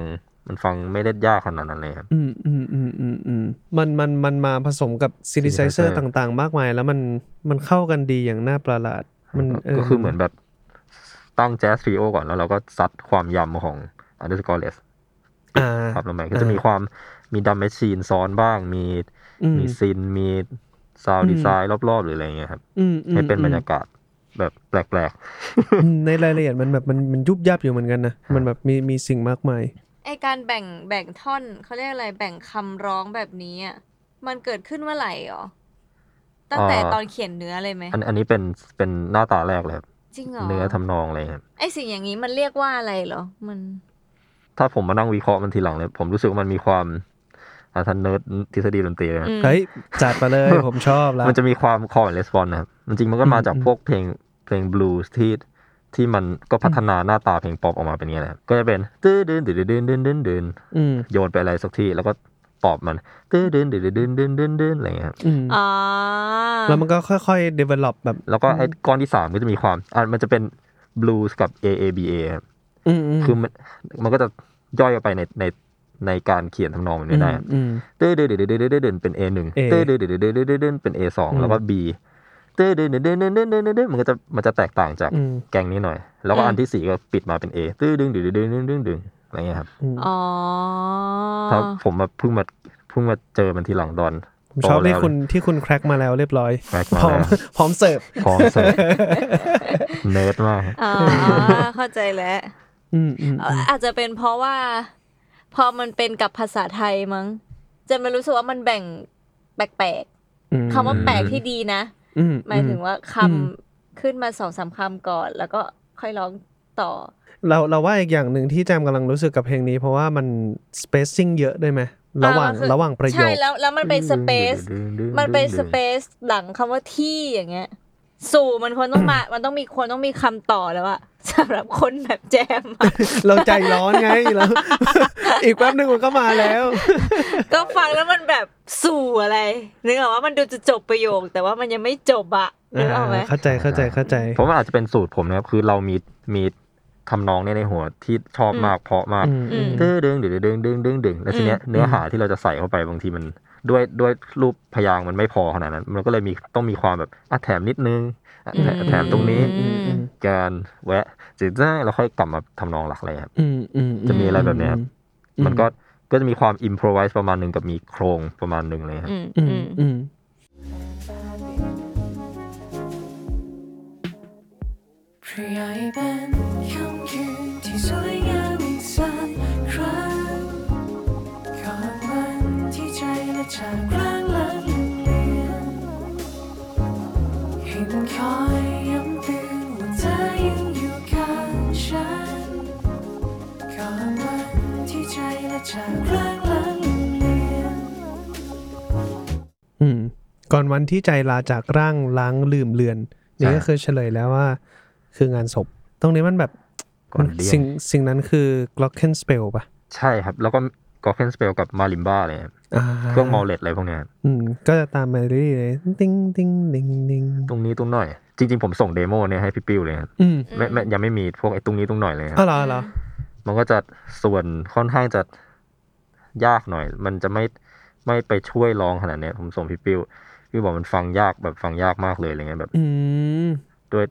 C: มันฟังไม่ได้ยากขนาดนั้นเลยครับ
B: อืมอืมอืมอืมอืมมันมันมันมาผสมกับซินิไซเซอ
C: synthesizer
B: ร์ต่างๆ มากมาย แล้วมันมันเข้ากันดีอย่างน่าประหลาด มัน
C: ก็คือเหมือนแบบตั้งแจ๊สทริโอก่อนแล้วเราก็ซัดความยำของ underscore less
B: อ่า
C: ครับลงไปก็จะ
B: อ่ามี
C: มีความมีดัมเมชชีนซ้อนบ้าง มี
B: อืม
C: มีซินมีซาว
B: อืม
C: ดีไซน์รอบๆ หรืออะไรเงี้ยครับ
B: อืมอืม
C: ให้เป็นบรร
B: อืม
C: ยากาศแบบแปลก
B: อืมในรายละเอียดมันแบบมันมันยุบยับอยู่เหมือนกันนะ มันแบบมีมีสิ่งมากมาย
A: ไอการแบ่งแบ่งท่อนเขาเรียกอะไรแบ่งคำร้องแบบนี้อ่ะมันเกิดขึ้นเมื่อไหร่หรอ ตั้งแต่ตอนเขียนเนื้อเลยไหม
C: ๆ อันอันนี้เป็นเป็นหน้าตาแรกเลยครับ
A: จริงเหรอ
C: เนื้อทำนองอะไรครับ
A: ไอสิ่งอย่างนี้มันเรียกว่าอะไรเหรอ มัน
C: ถ้าผมมานั่งวิเคราะห์มันทีหลังเลย ผมรู้สึกว่ามันมีความอาทันเนิร์ดทฤษฎีดนตรีเลยครับ
A: อืม
B: เฮ้ย จัดไปเลย ผมชอบละ
C: มันจะมีความ call and response นะครับจริงๆมันก็มาจาก
B: อืม
C: พวกเพลงเพลงบลูส์ที่ ที่มันก็พัฒนาหน้าตาเพลงป๊อปออกมาเป็นอย่างเงี้ยแหละครับก็จะเป็นตื้อเดินเดินเดินเดินเดินเดิน
B: อืม
C: โยนไปอะไรสักที่แล้วก็ตอบมันตื้อเดินเดินเดินเดินเดินเดินอะไรอย่างเงี้ยครับ
B: อืม
A: อ๋อ
B: แล้วมันก็ค่อยๆ develop แบบ
C: แล้วก็ไอ้ก้อนที่สามก็จะมีความอ่ะมันจะเป็น blues กับ A A B A ครับ
B: อืมอืม
C: คือมันมันก็จะย่อยออกไปในในในการเขียนทำนองมันไม่ได้ครับ
B: อืม
C: เต้เดินเดินเดินเดินเดินเป็น A หนึ่ง
B: A
C: เต้เดินเดินเดินเดินเดินเป็น A สอง
B: อืม
C: แล้วก็ B เต้เดินเดินเดินเดินเดินเดินเดินมันก็จะมันจะแตกต่างจาก
B: อืม
C: แกงนี้หน่อย แล้วก็อันที่สี่ก็ปิดมาเป็น A เต้ดึงดึงดึงดึงดึงดึงอะไรเงี้ยครับ
B: อืม
A: อ๋อ
C: ถ้าผมมาเพิ่งมาเพิ่งมาเจอมันทีหลังตอน
B: ผมชอบ
C: โตแล้
B: ที่
C: ว
B: คุณที่คุณแคร็กมาแล้วเรียบร้อย
C: แปลกมา
B: พร้อม
C: แล้ว
B: พร้อมเสิร์ฟ
C: พร้อมเสิร์ ฟเนิร์ดมากครับ
A: อ๋อเข้าใจแล้ว
B: อืมอืมอืม
A: อาจจะเป็นเพราะว่า พอมันเป็นกับภาษาไทยมั้ง จะไม่รู้สึกว่ามันแบ่งแปลก
B: อืม
A: ๆคำว่าแปลกที่ดีนะ
B: อืม
A: หมายถึง
B: อื
A: ว่าค
B: อืม
A: ำขึ้นมาสองสามคำก่อน แล้วก็ค่อยร้องต่อ
B: เราเราว่าอีกอย่างหนึ่งที่แจมกำลังรู้สึกกับเพลงนี้ เพราะว่ามัน spacing เยอะได้วยไหมระหว่า
A: อ่า
B: ง
A: มันคือ
B: ระหว่างประโย
A: ใช่
B: ค
A: แล้วแล้วมันไปสเปซมันไปสเปซหลังคำว่าที่อย่างเงี้ย สู่มันควร ต้องมา มันต้องมีควรต้องมีคำต่อแล้วอะสำหรับคนแบบแจมอะ
B: เราใจร้อนไงแล้ว อีกแป๊บหนึ่งมันก็มาแล้ว
A: ก็ฟังแล้วมันแบบสู่อะไรนึกออกว่ามันดูจะจบประโยค แต่ว่ามันยังไม่จบอะนึกออกไหม
B: อ่าเข้าใจเข้าใจเข้าใจ
C: ผมว่าอาจจะเป็นสูตรผมนะครับ คือเรามีมีทำนองเนี่ยในหัวที่ชอบ
A: อืม
C: มากเพราะมาก
B: อืม
A: อืม
C: ดึงดึงดึงดึงดึงดึงดึงแล้วทีเนี้ยเนื้อหาที่เราจะใส่เข้าไปบางทีมันด้วยด้วยรูปพยางค์มันไม่พอขนาดนั้น มันก็เลยมีต้องมีความแบบอ่ะแถมนิดนึงอ่ะแถม
A: อืม
C: แถมตรงนี้
B: อืมอืม
C: การแวะจิตแล้วค่อยกลับมาทำนองหลักเลยครับ
B: อืมอืม
C: จะมีอะไรแบบเนี้ยครับ
B: อื
C: มันก็ก็จะมีความอิมพรไวส์ประมาณหนึ่งกับมีโครงประมาณหนึ่งเลยครับ
A: อืม
B: อื
A: อื
B: ม
A: ม
B: อืม
D: พระยายเป็นคำคืนที่สวยงามอีกสักครั้งก่อนวันที่ใจและจากร่างและลืมเลือนเห็นคอยย้ำเตือนว่าเธอยังอยู่ข้างฉันก่อนวันที่ใจและจากร่างและลืมเลือน
B: อืมก่อนวันที่ใจลาจากร่างล้างลืมเลือน นี่ก็คือเฉลยแล้วว่า คืองานศพ ตรงนี้มันแบบ
C: ก่อนเลี่ยง
B: สิ่งสิ่งนั้นคือ Glocken Spell ป่ะ
C: ใช่ครับ แล้วก็กอเคนสเปลกับมาลิมบ้าเลยครับ
B: า
C: เครื่องมอลเลตอะไรพวกเนี้ยครับ
B: อืมก็จะตามมาเรื่อยๆเลยติ้งติ้งติ้งติ้ง
C: ตรงนี้ตรงหน่อย จริง ๆ ผมส่งเดโมเนี่ยให้พี่ปิ้วเลยครับ
B: อืม
C: ไม่ไม่ยังไม่มีพวกไอ้ตรงนี้ตรงหน่อยเลยค
B: อ๋อ
C: รับ
B: เหรอเหรอ
C: มันก็จะส่วนค่อนข้างจะยากหน่อย มันจะไม่ไม่ไปช่วยร้องขนาดเนี้ยผมส่งพี่ปิ้วพี่บอกมันฟังยากแบบฟังยากมากเลยอะไรเงี้ยแบบ
B: อืม
C: ด้วย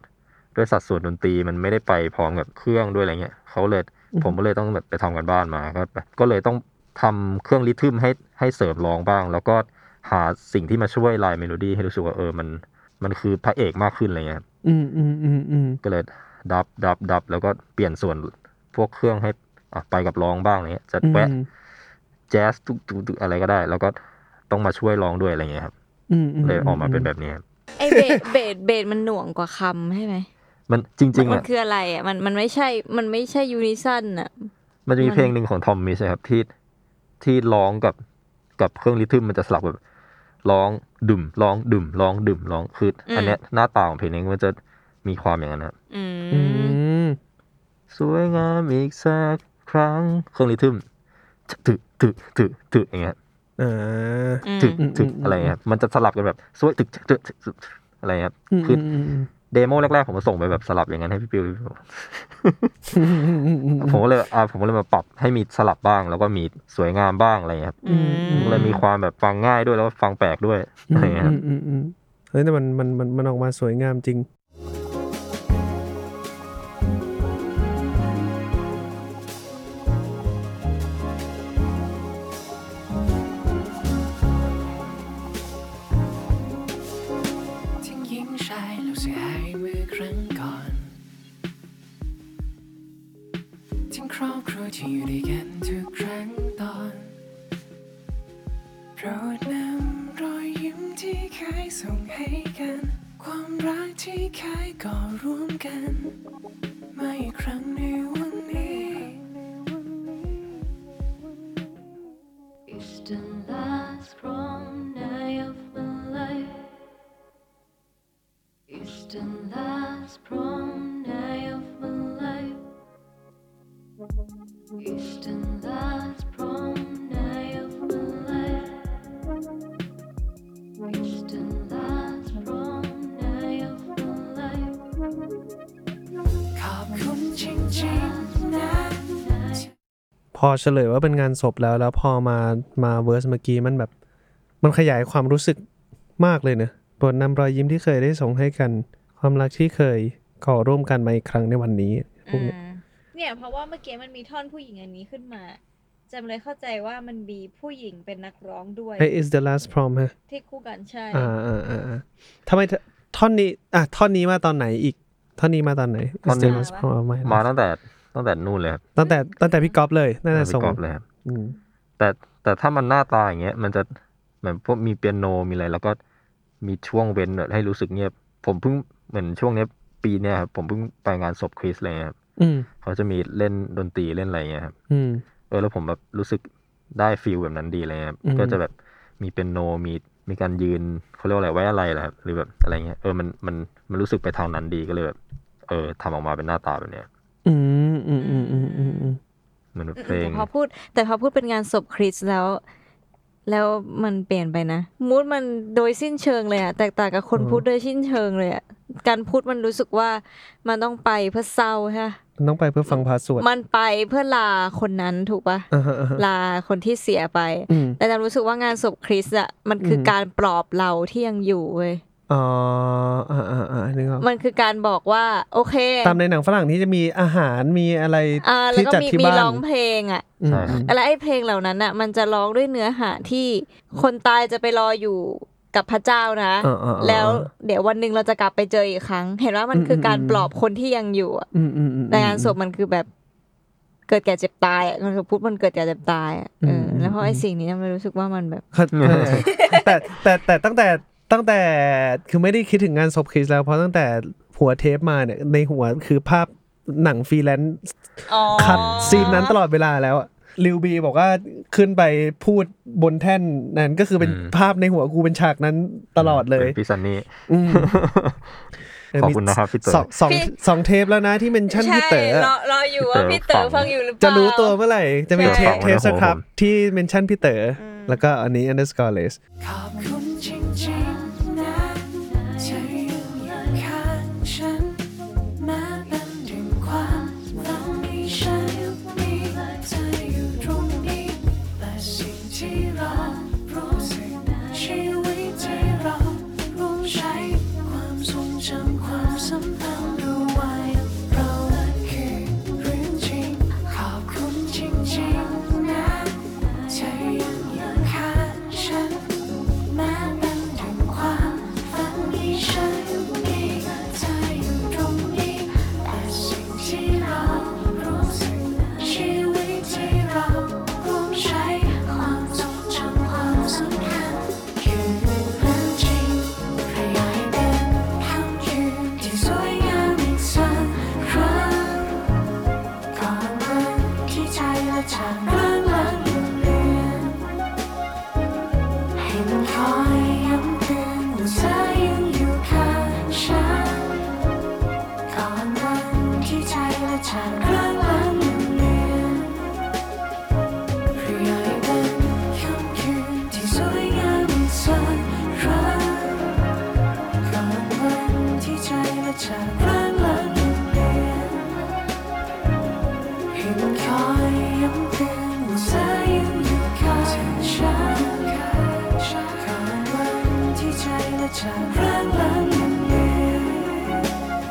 C: ด้วยสัดส่วนดนตรีมันไม่ได้ไปพร้อมกับเครื่องด้วยอะไรเงี้ยเขาเลย
B: อืม
C: ผมก็เลยต้องแบบไปทำกันบ้านมาก็แบบก็เลยต้องทำเครื่องริทึมให้ให้เสริมร้องบ้าง แล้วก็หาสิ่งที่มาช่วยลายเมโลดี้ให้รู้สึกว่าเออมันมันคือพระเอกมากขึ้นอะไรเงี้ยครับ
B: อืมอืมอืมอืม
C: ก็เลยดับดับดับแล้วก็เปลี่ยนส่วนพวกเครื่องให้อ่ะไปกับร้องบ้างอะไรเงี้ยจะ
B: อืม
C: แวะแจ๊สตุกตุกตุกอะไรก็ได้ แล้วก็ต้องมาช่วยร้องด้วยอะไรเงี้ยครับ
B: อืมม
C: เลยออกมาเป็นแบบนี้ครับ
A: ไอเบสเบสเบสมันหน่วงกว่าคำใช่ไหม
C: มันจริงๆ
A: มั
C: อ่ะ
A: นคืออะไรอ่ะมันมันไม่ใช่มันไม่ใช่ยูนิซันอ่ะ
C: มันจะมี
A: มัน
C: เพลงหนึ่งของทอมมิชครับที่ที่ร้องกับกับเครื่องริทึมมันจะสลับแบบร้องดุมร้องดุมร้องดุมร้องคืออันเนี้ยหน้าตาของเพลงนี้มันจะมีความอย่างนั้นครับ
A: อื
B: อื
A: ม
B: ม
C: สวยงามอีกสักครั้งเครื่องริทึมตึตึตึตึอย่างเงี้ย
B: อ่า
A: อืม
C: ถึก
B: อืม
C: ถึก
B: อืม
C: อะไรเงี้ยครับมันจะสลับกันแบบสวยถึกถึกถึกถึกถึกอะไรครับ
B: ม
C: คือ
B: มม
C: เดโมแรกๆผมก็ส่งไปแบบสลับอย่างนั้นให้พี่ปิวพี่ปิว
B: อืมอืมอืมอืม
C: ผมก็เลยอ่าผมก็เลยมาปรับให้มีสลับบ้าง แล้วก็มีสวยงามบ้างอะไรเงี้ยครับ
A: อืม
B: อื
C: มันก็เลยมีความแบบฟังง่ายด้วยแล้วก็ฟังแปลกด้วยอะไรเงี้ยครับ
B: อืมอืมอืมเฮ้ยแต่มันมันมันมันออกมาสวยงามจริง
D: ทิ้งยิ้มชายแล้วเสียหายเมื่อครั้งก่อน ทิ้งครอบครัวที่อยู่ด้วยกันทุกครั้งตอนโปรดนำรอยยิ้มที่เคยส่งให้กัน ความรักที่เคยก่อร่วมกันมาอีกครั้งในวันนี้
E: It's the last prom night of my life. It's the last prom night of
B: อเฉลยว่าเป็นงานศพแล้วแล้วพอมามาเวอร์สเมื่อกี้มันแบบ มันขยายความรู้สึกมากเลยเนะบทนำรอยยิ้มที่เคยได้ส่งให้กัน ความรักที่เคยก่อร่วมกันมาอีกครั้งในวันนี้พวกเนี้ย
A: อ่าเนี่ยเพราะว่าเมื่อกี้มันมีท่อนผู้หญิงอันนี้ขึ้นมาจำเลยเข้าใจว่ามันมีผู้หญิงเป็นนักร้องด้วย
B: Hey is the last prom ฮะ
A: ที่คู่กันใช่
B: อ่าอ่าอ่าอ่าทำไมเธอท่อนนี้อ่ะท่อนนี้มาตอนไหนอีก ท่อนนี้มาตอนไหน
C: ท่อน
B: is
C: นี้
B: the last prom ไม่
C: มาตั้งแต่ตั้งแต่นู่นเลยครับ
B: ตั้งแต่ตั้งแต่พี่ก๊อฟเลยตั้งแต่
C: พี่
B: ส่ง
C: กอล์ฟเลยครับ
B: อืม
C: แต่แต่ถ้ามันหน้าตาอย่างเงี้ย มันจะเหมือนพวกมีเปียโนมีอะไร แล้วก็มีช่วงเว้นแบบให้รู้สึกเงียบ ผมเพิ่งเหมือนช่วงเนี้ยปีเนี้ยครับผมเพิ่งไปงานศพคริสเลยครับ
B: อืม
C: เขาจะมีเล่นดนตรีเล่นอะไรเงี้ยครับ
B: อืม
C: เออแล้วผมแบบรู้สึกได้ฟีลแบบนั้นดีเลยครับ
B: อืม
C: ก็จะแบบมีเป็นโนมีมีการยืนเขาเรียกว่าอะไรไว้อะไรแหละครับหรือแบบอะไรเงี้ยเออมันมันมันรู้สึกไปทางนั้นดีก็เลยแบบเออทำออกมาเป็นหน้าตาแบบเนี้ย
B: อืมอืมอืมอืมอืมอืม
C: เหมันแบบเพล
A: แต่
C: ง
A: พอพูดแต่พอพูดเป็นงานศพคริสแล้ว แล้วมันเปลี่ยนไปนะมูดมันโดยสิ้นเชิงเลยอะแตกต่างกับคนพูดโดยสิ้นเชิงเลยอะการพูดมันรู้สึกว่ามันต้องไปเพื่อเศร้าใช่ปะ
B: มันต้องไปเพื่อฟังพาสวด
A: มันไปเพื่อลาคนนั้นถูกปะ
B: อ่าฮะอ่าฮะ
A: ลาคนที่เสียไป
B: อืม
A: แต่จำรู้สึกว่างานศพคริสอะมันคืออ
B: ม
A: การปลอบเราที่ยังอยู่เว้ย
B: อ๋ออ่าอ่าอ่านึกออก
A: มันคือการบอกว่า โอเค
B: ตามในหนังฝรั่งที่จะมีอาหารมีอะไร
A: อ่าแล้ว
B: ที่
A: ก็
B: จัด
A: มี
B: ที่
A: มี
B: บ้าน
A: ร้องเพลงอะ
B: อืม
C: ใช่ครับ
A: และไอ้เพลงเหล่านั้นน่ะมันจะร้องด้วยเนื้อหาที่คนตายจะไปรออยู่กับพระเจ้านะ
B: อ่าอ่าอ่า
A: แล้วเดี๋ยววันหนึ่งเราจะกลับไปเจออีกครั้ง เห็นว่ามัน
B: อืม
A: คือการ
B: อืม
A: ปลอบคนที่ยังอยู่อะ
B: อืมอืมอืม
A: แต่งานศพมันคือแบบเกิดแก่เจ็บตายอะมันคือพูดมันเกิดแก่เจ็บตายอะเอออ
B: ม
A: แล้วเพราะไอ้สิ่งนี้มันรู้สึกว่ามันแบบ
B: เข้าเข้าใจแต่แต่แต่ตั้งแต่ตั้งแต่คือไม่ได้คิดถึงงานศพคริสแล้วเพราะตั้งแต่หัวเทปมาเนี่ยในหัวคือภาพหนังฟรีแลนซ์คัดซีนนั้นตลอดเวลาแล้วอะลิวบีบอกว่าขึ้นไปพูดบนแท่นนั้นก็คือเป็นภาพในหัวกูเป็นฉากนั้นตลอดเลย
C: ป็นพี่ซันนี่
B: อืม
C: ขอบคุณนะครับพี่เต๋อ
B: สองสอง
A: พี่
B: สองเทปแล้วนะที่เป็นชั่นพี่เต๋อ
A: รอ
B: อะ
A: รออยู่ว่า
C: พี่
A: พี่
C: เต๋
A: เต๋
C: อ
A: อ
C: ฟั
A: ฟั
C: ง
A: ง
C: อ
A: อยู่ ยู่
C: ห
A: ห
C: รื
A: รือ อ
C: เป
A: เปล่า
B: จะ
C: ล่
B: รู้ตัวเมื่อไหร่ จะมีเทปเทปสครับที่เมนชั่นพี่เต๋ออแล้วก็อันนี้ underscore less
D: ขอบคุณจริงๆนะเธออยู่ข้างฉันแม้เป็นเรื่องความฝันที่ฉันมีเธออยู่ตรงนี้และสิ่งที่เรารู้สึกชีวิตที่เราร่วมใช้ความทรงจำความสัมพันธ์ระหว่างเราคือเรื่องจริงขอบคุณจริงๆนะเธอยังอยู่ข้างฉัน แม้เป็นเรื่องความฝันที่ฉันมีเธออยู่ตรงนี้แต่สิ่งที่เรารู้สึกชีวิตที่เราร่วมใช้ความทรงจำความสำคัญคือเรื่องจริงขยายเป็นคำยืนที่สวยงามอีกสักครั้งก่อนวันที่ใจและจากเรื่องราวเลือน เห็นคอยย้ำเตือนว่าเธอยังอยู่ข้างฉันก่อนวันที่ใจและฉันรักล้างเลือนเรื่อยเป็นค่ำคืนที่สวยงามอีกสักครั้งก่อนวันที่ใจและฉันรักล้างเลือนเห็นคอยย้ำเตือนว่าเธอยังอยู่ข้างฉัน ก่อนวันที่ใจและฉันรักล้างลืมเลือน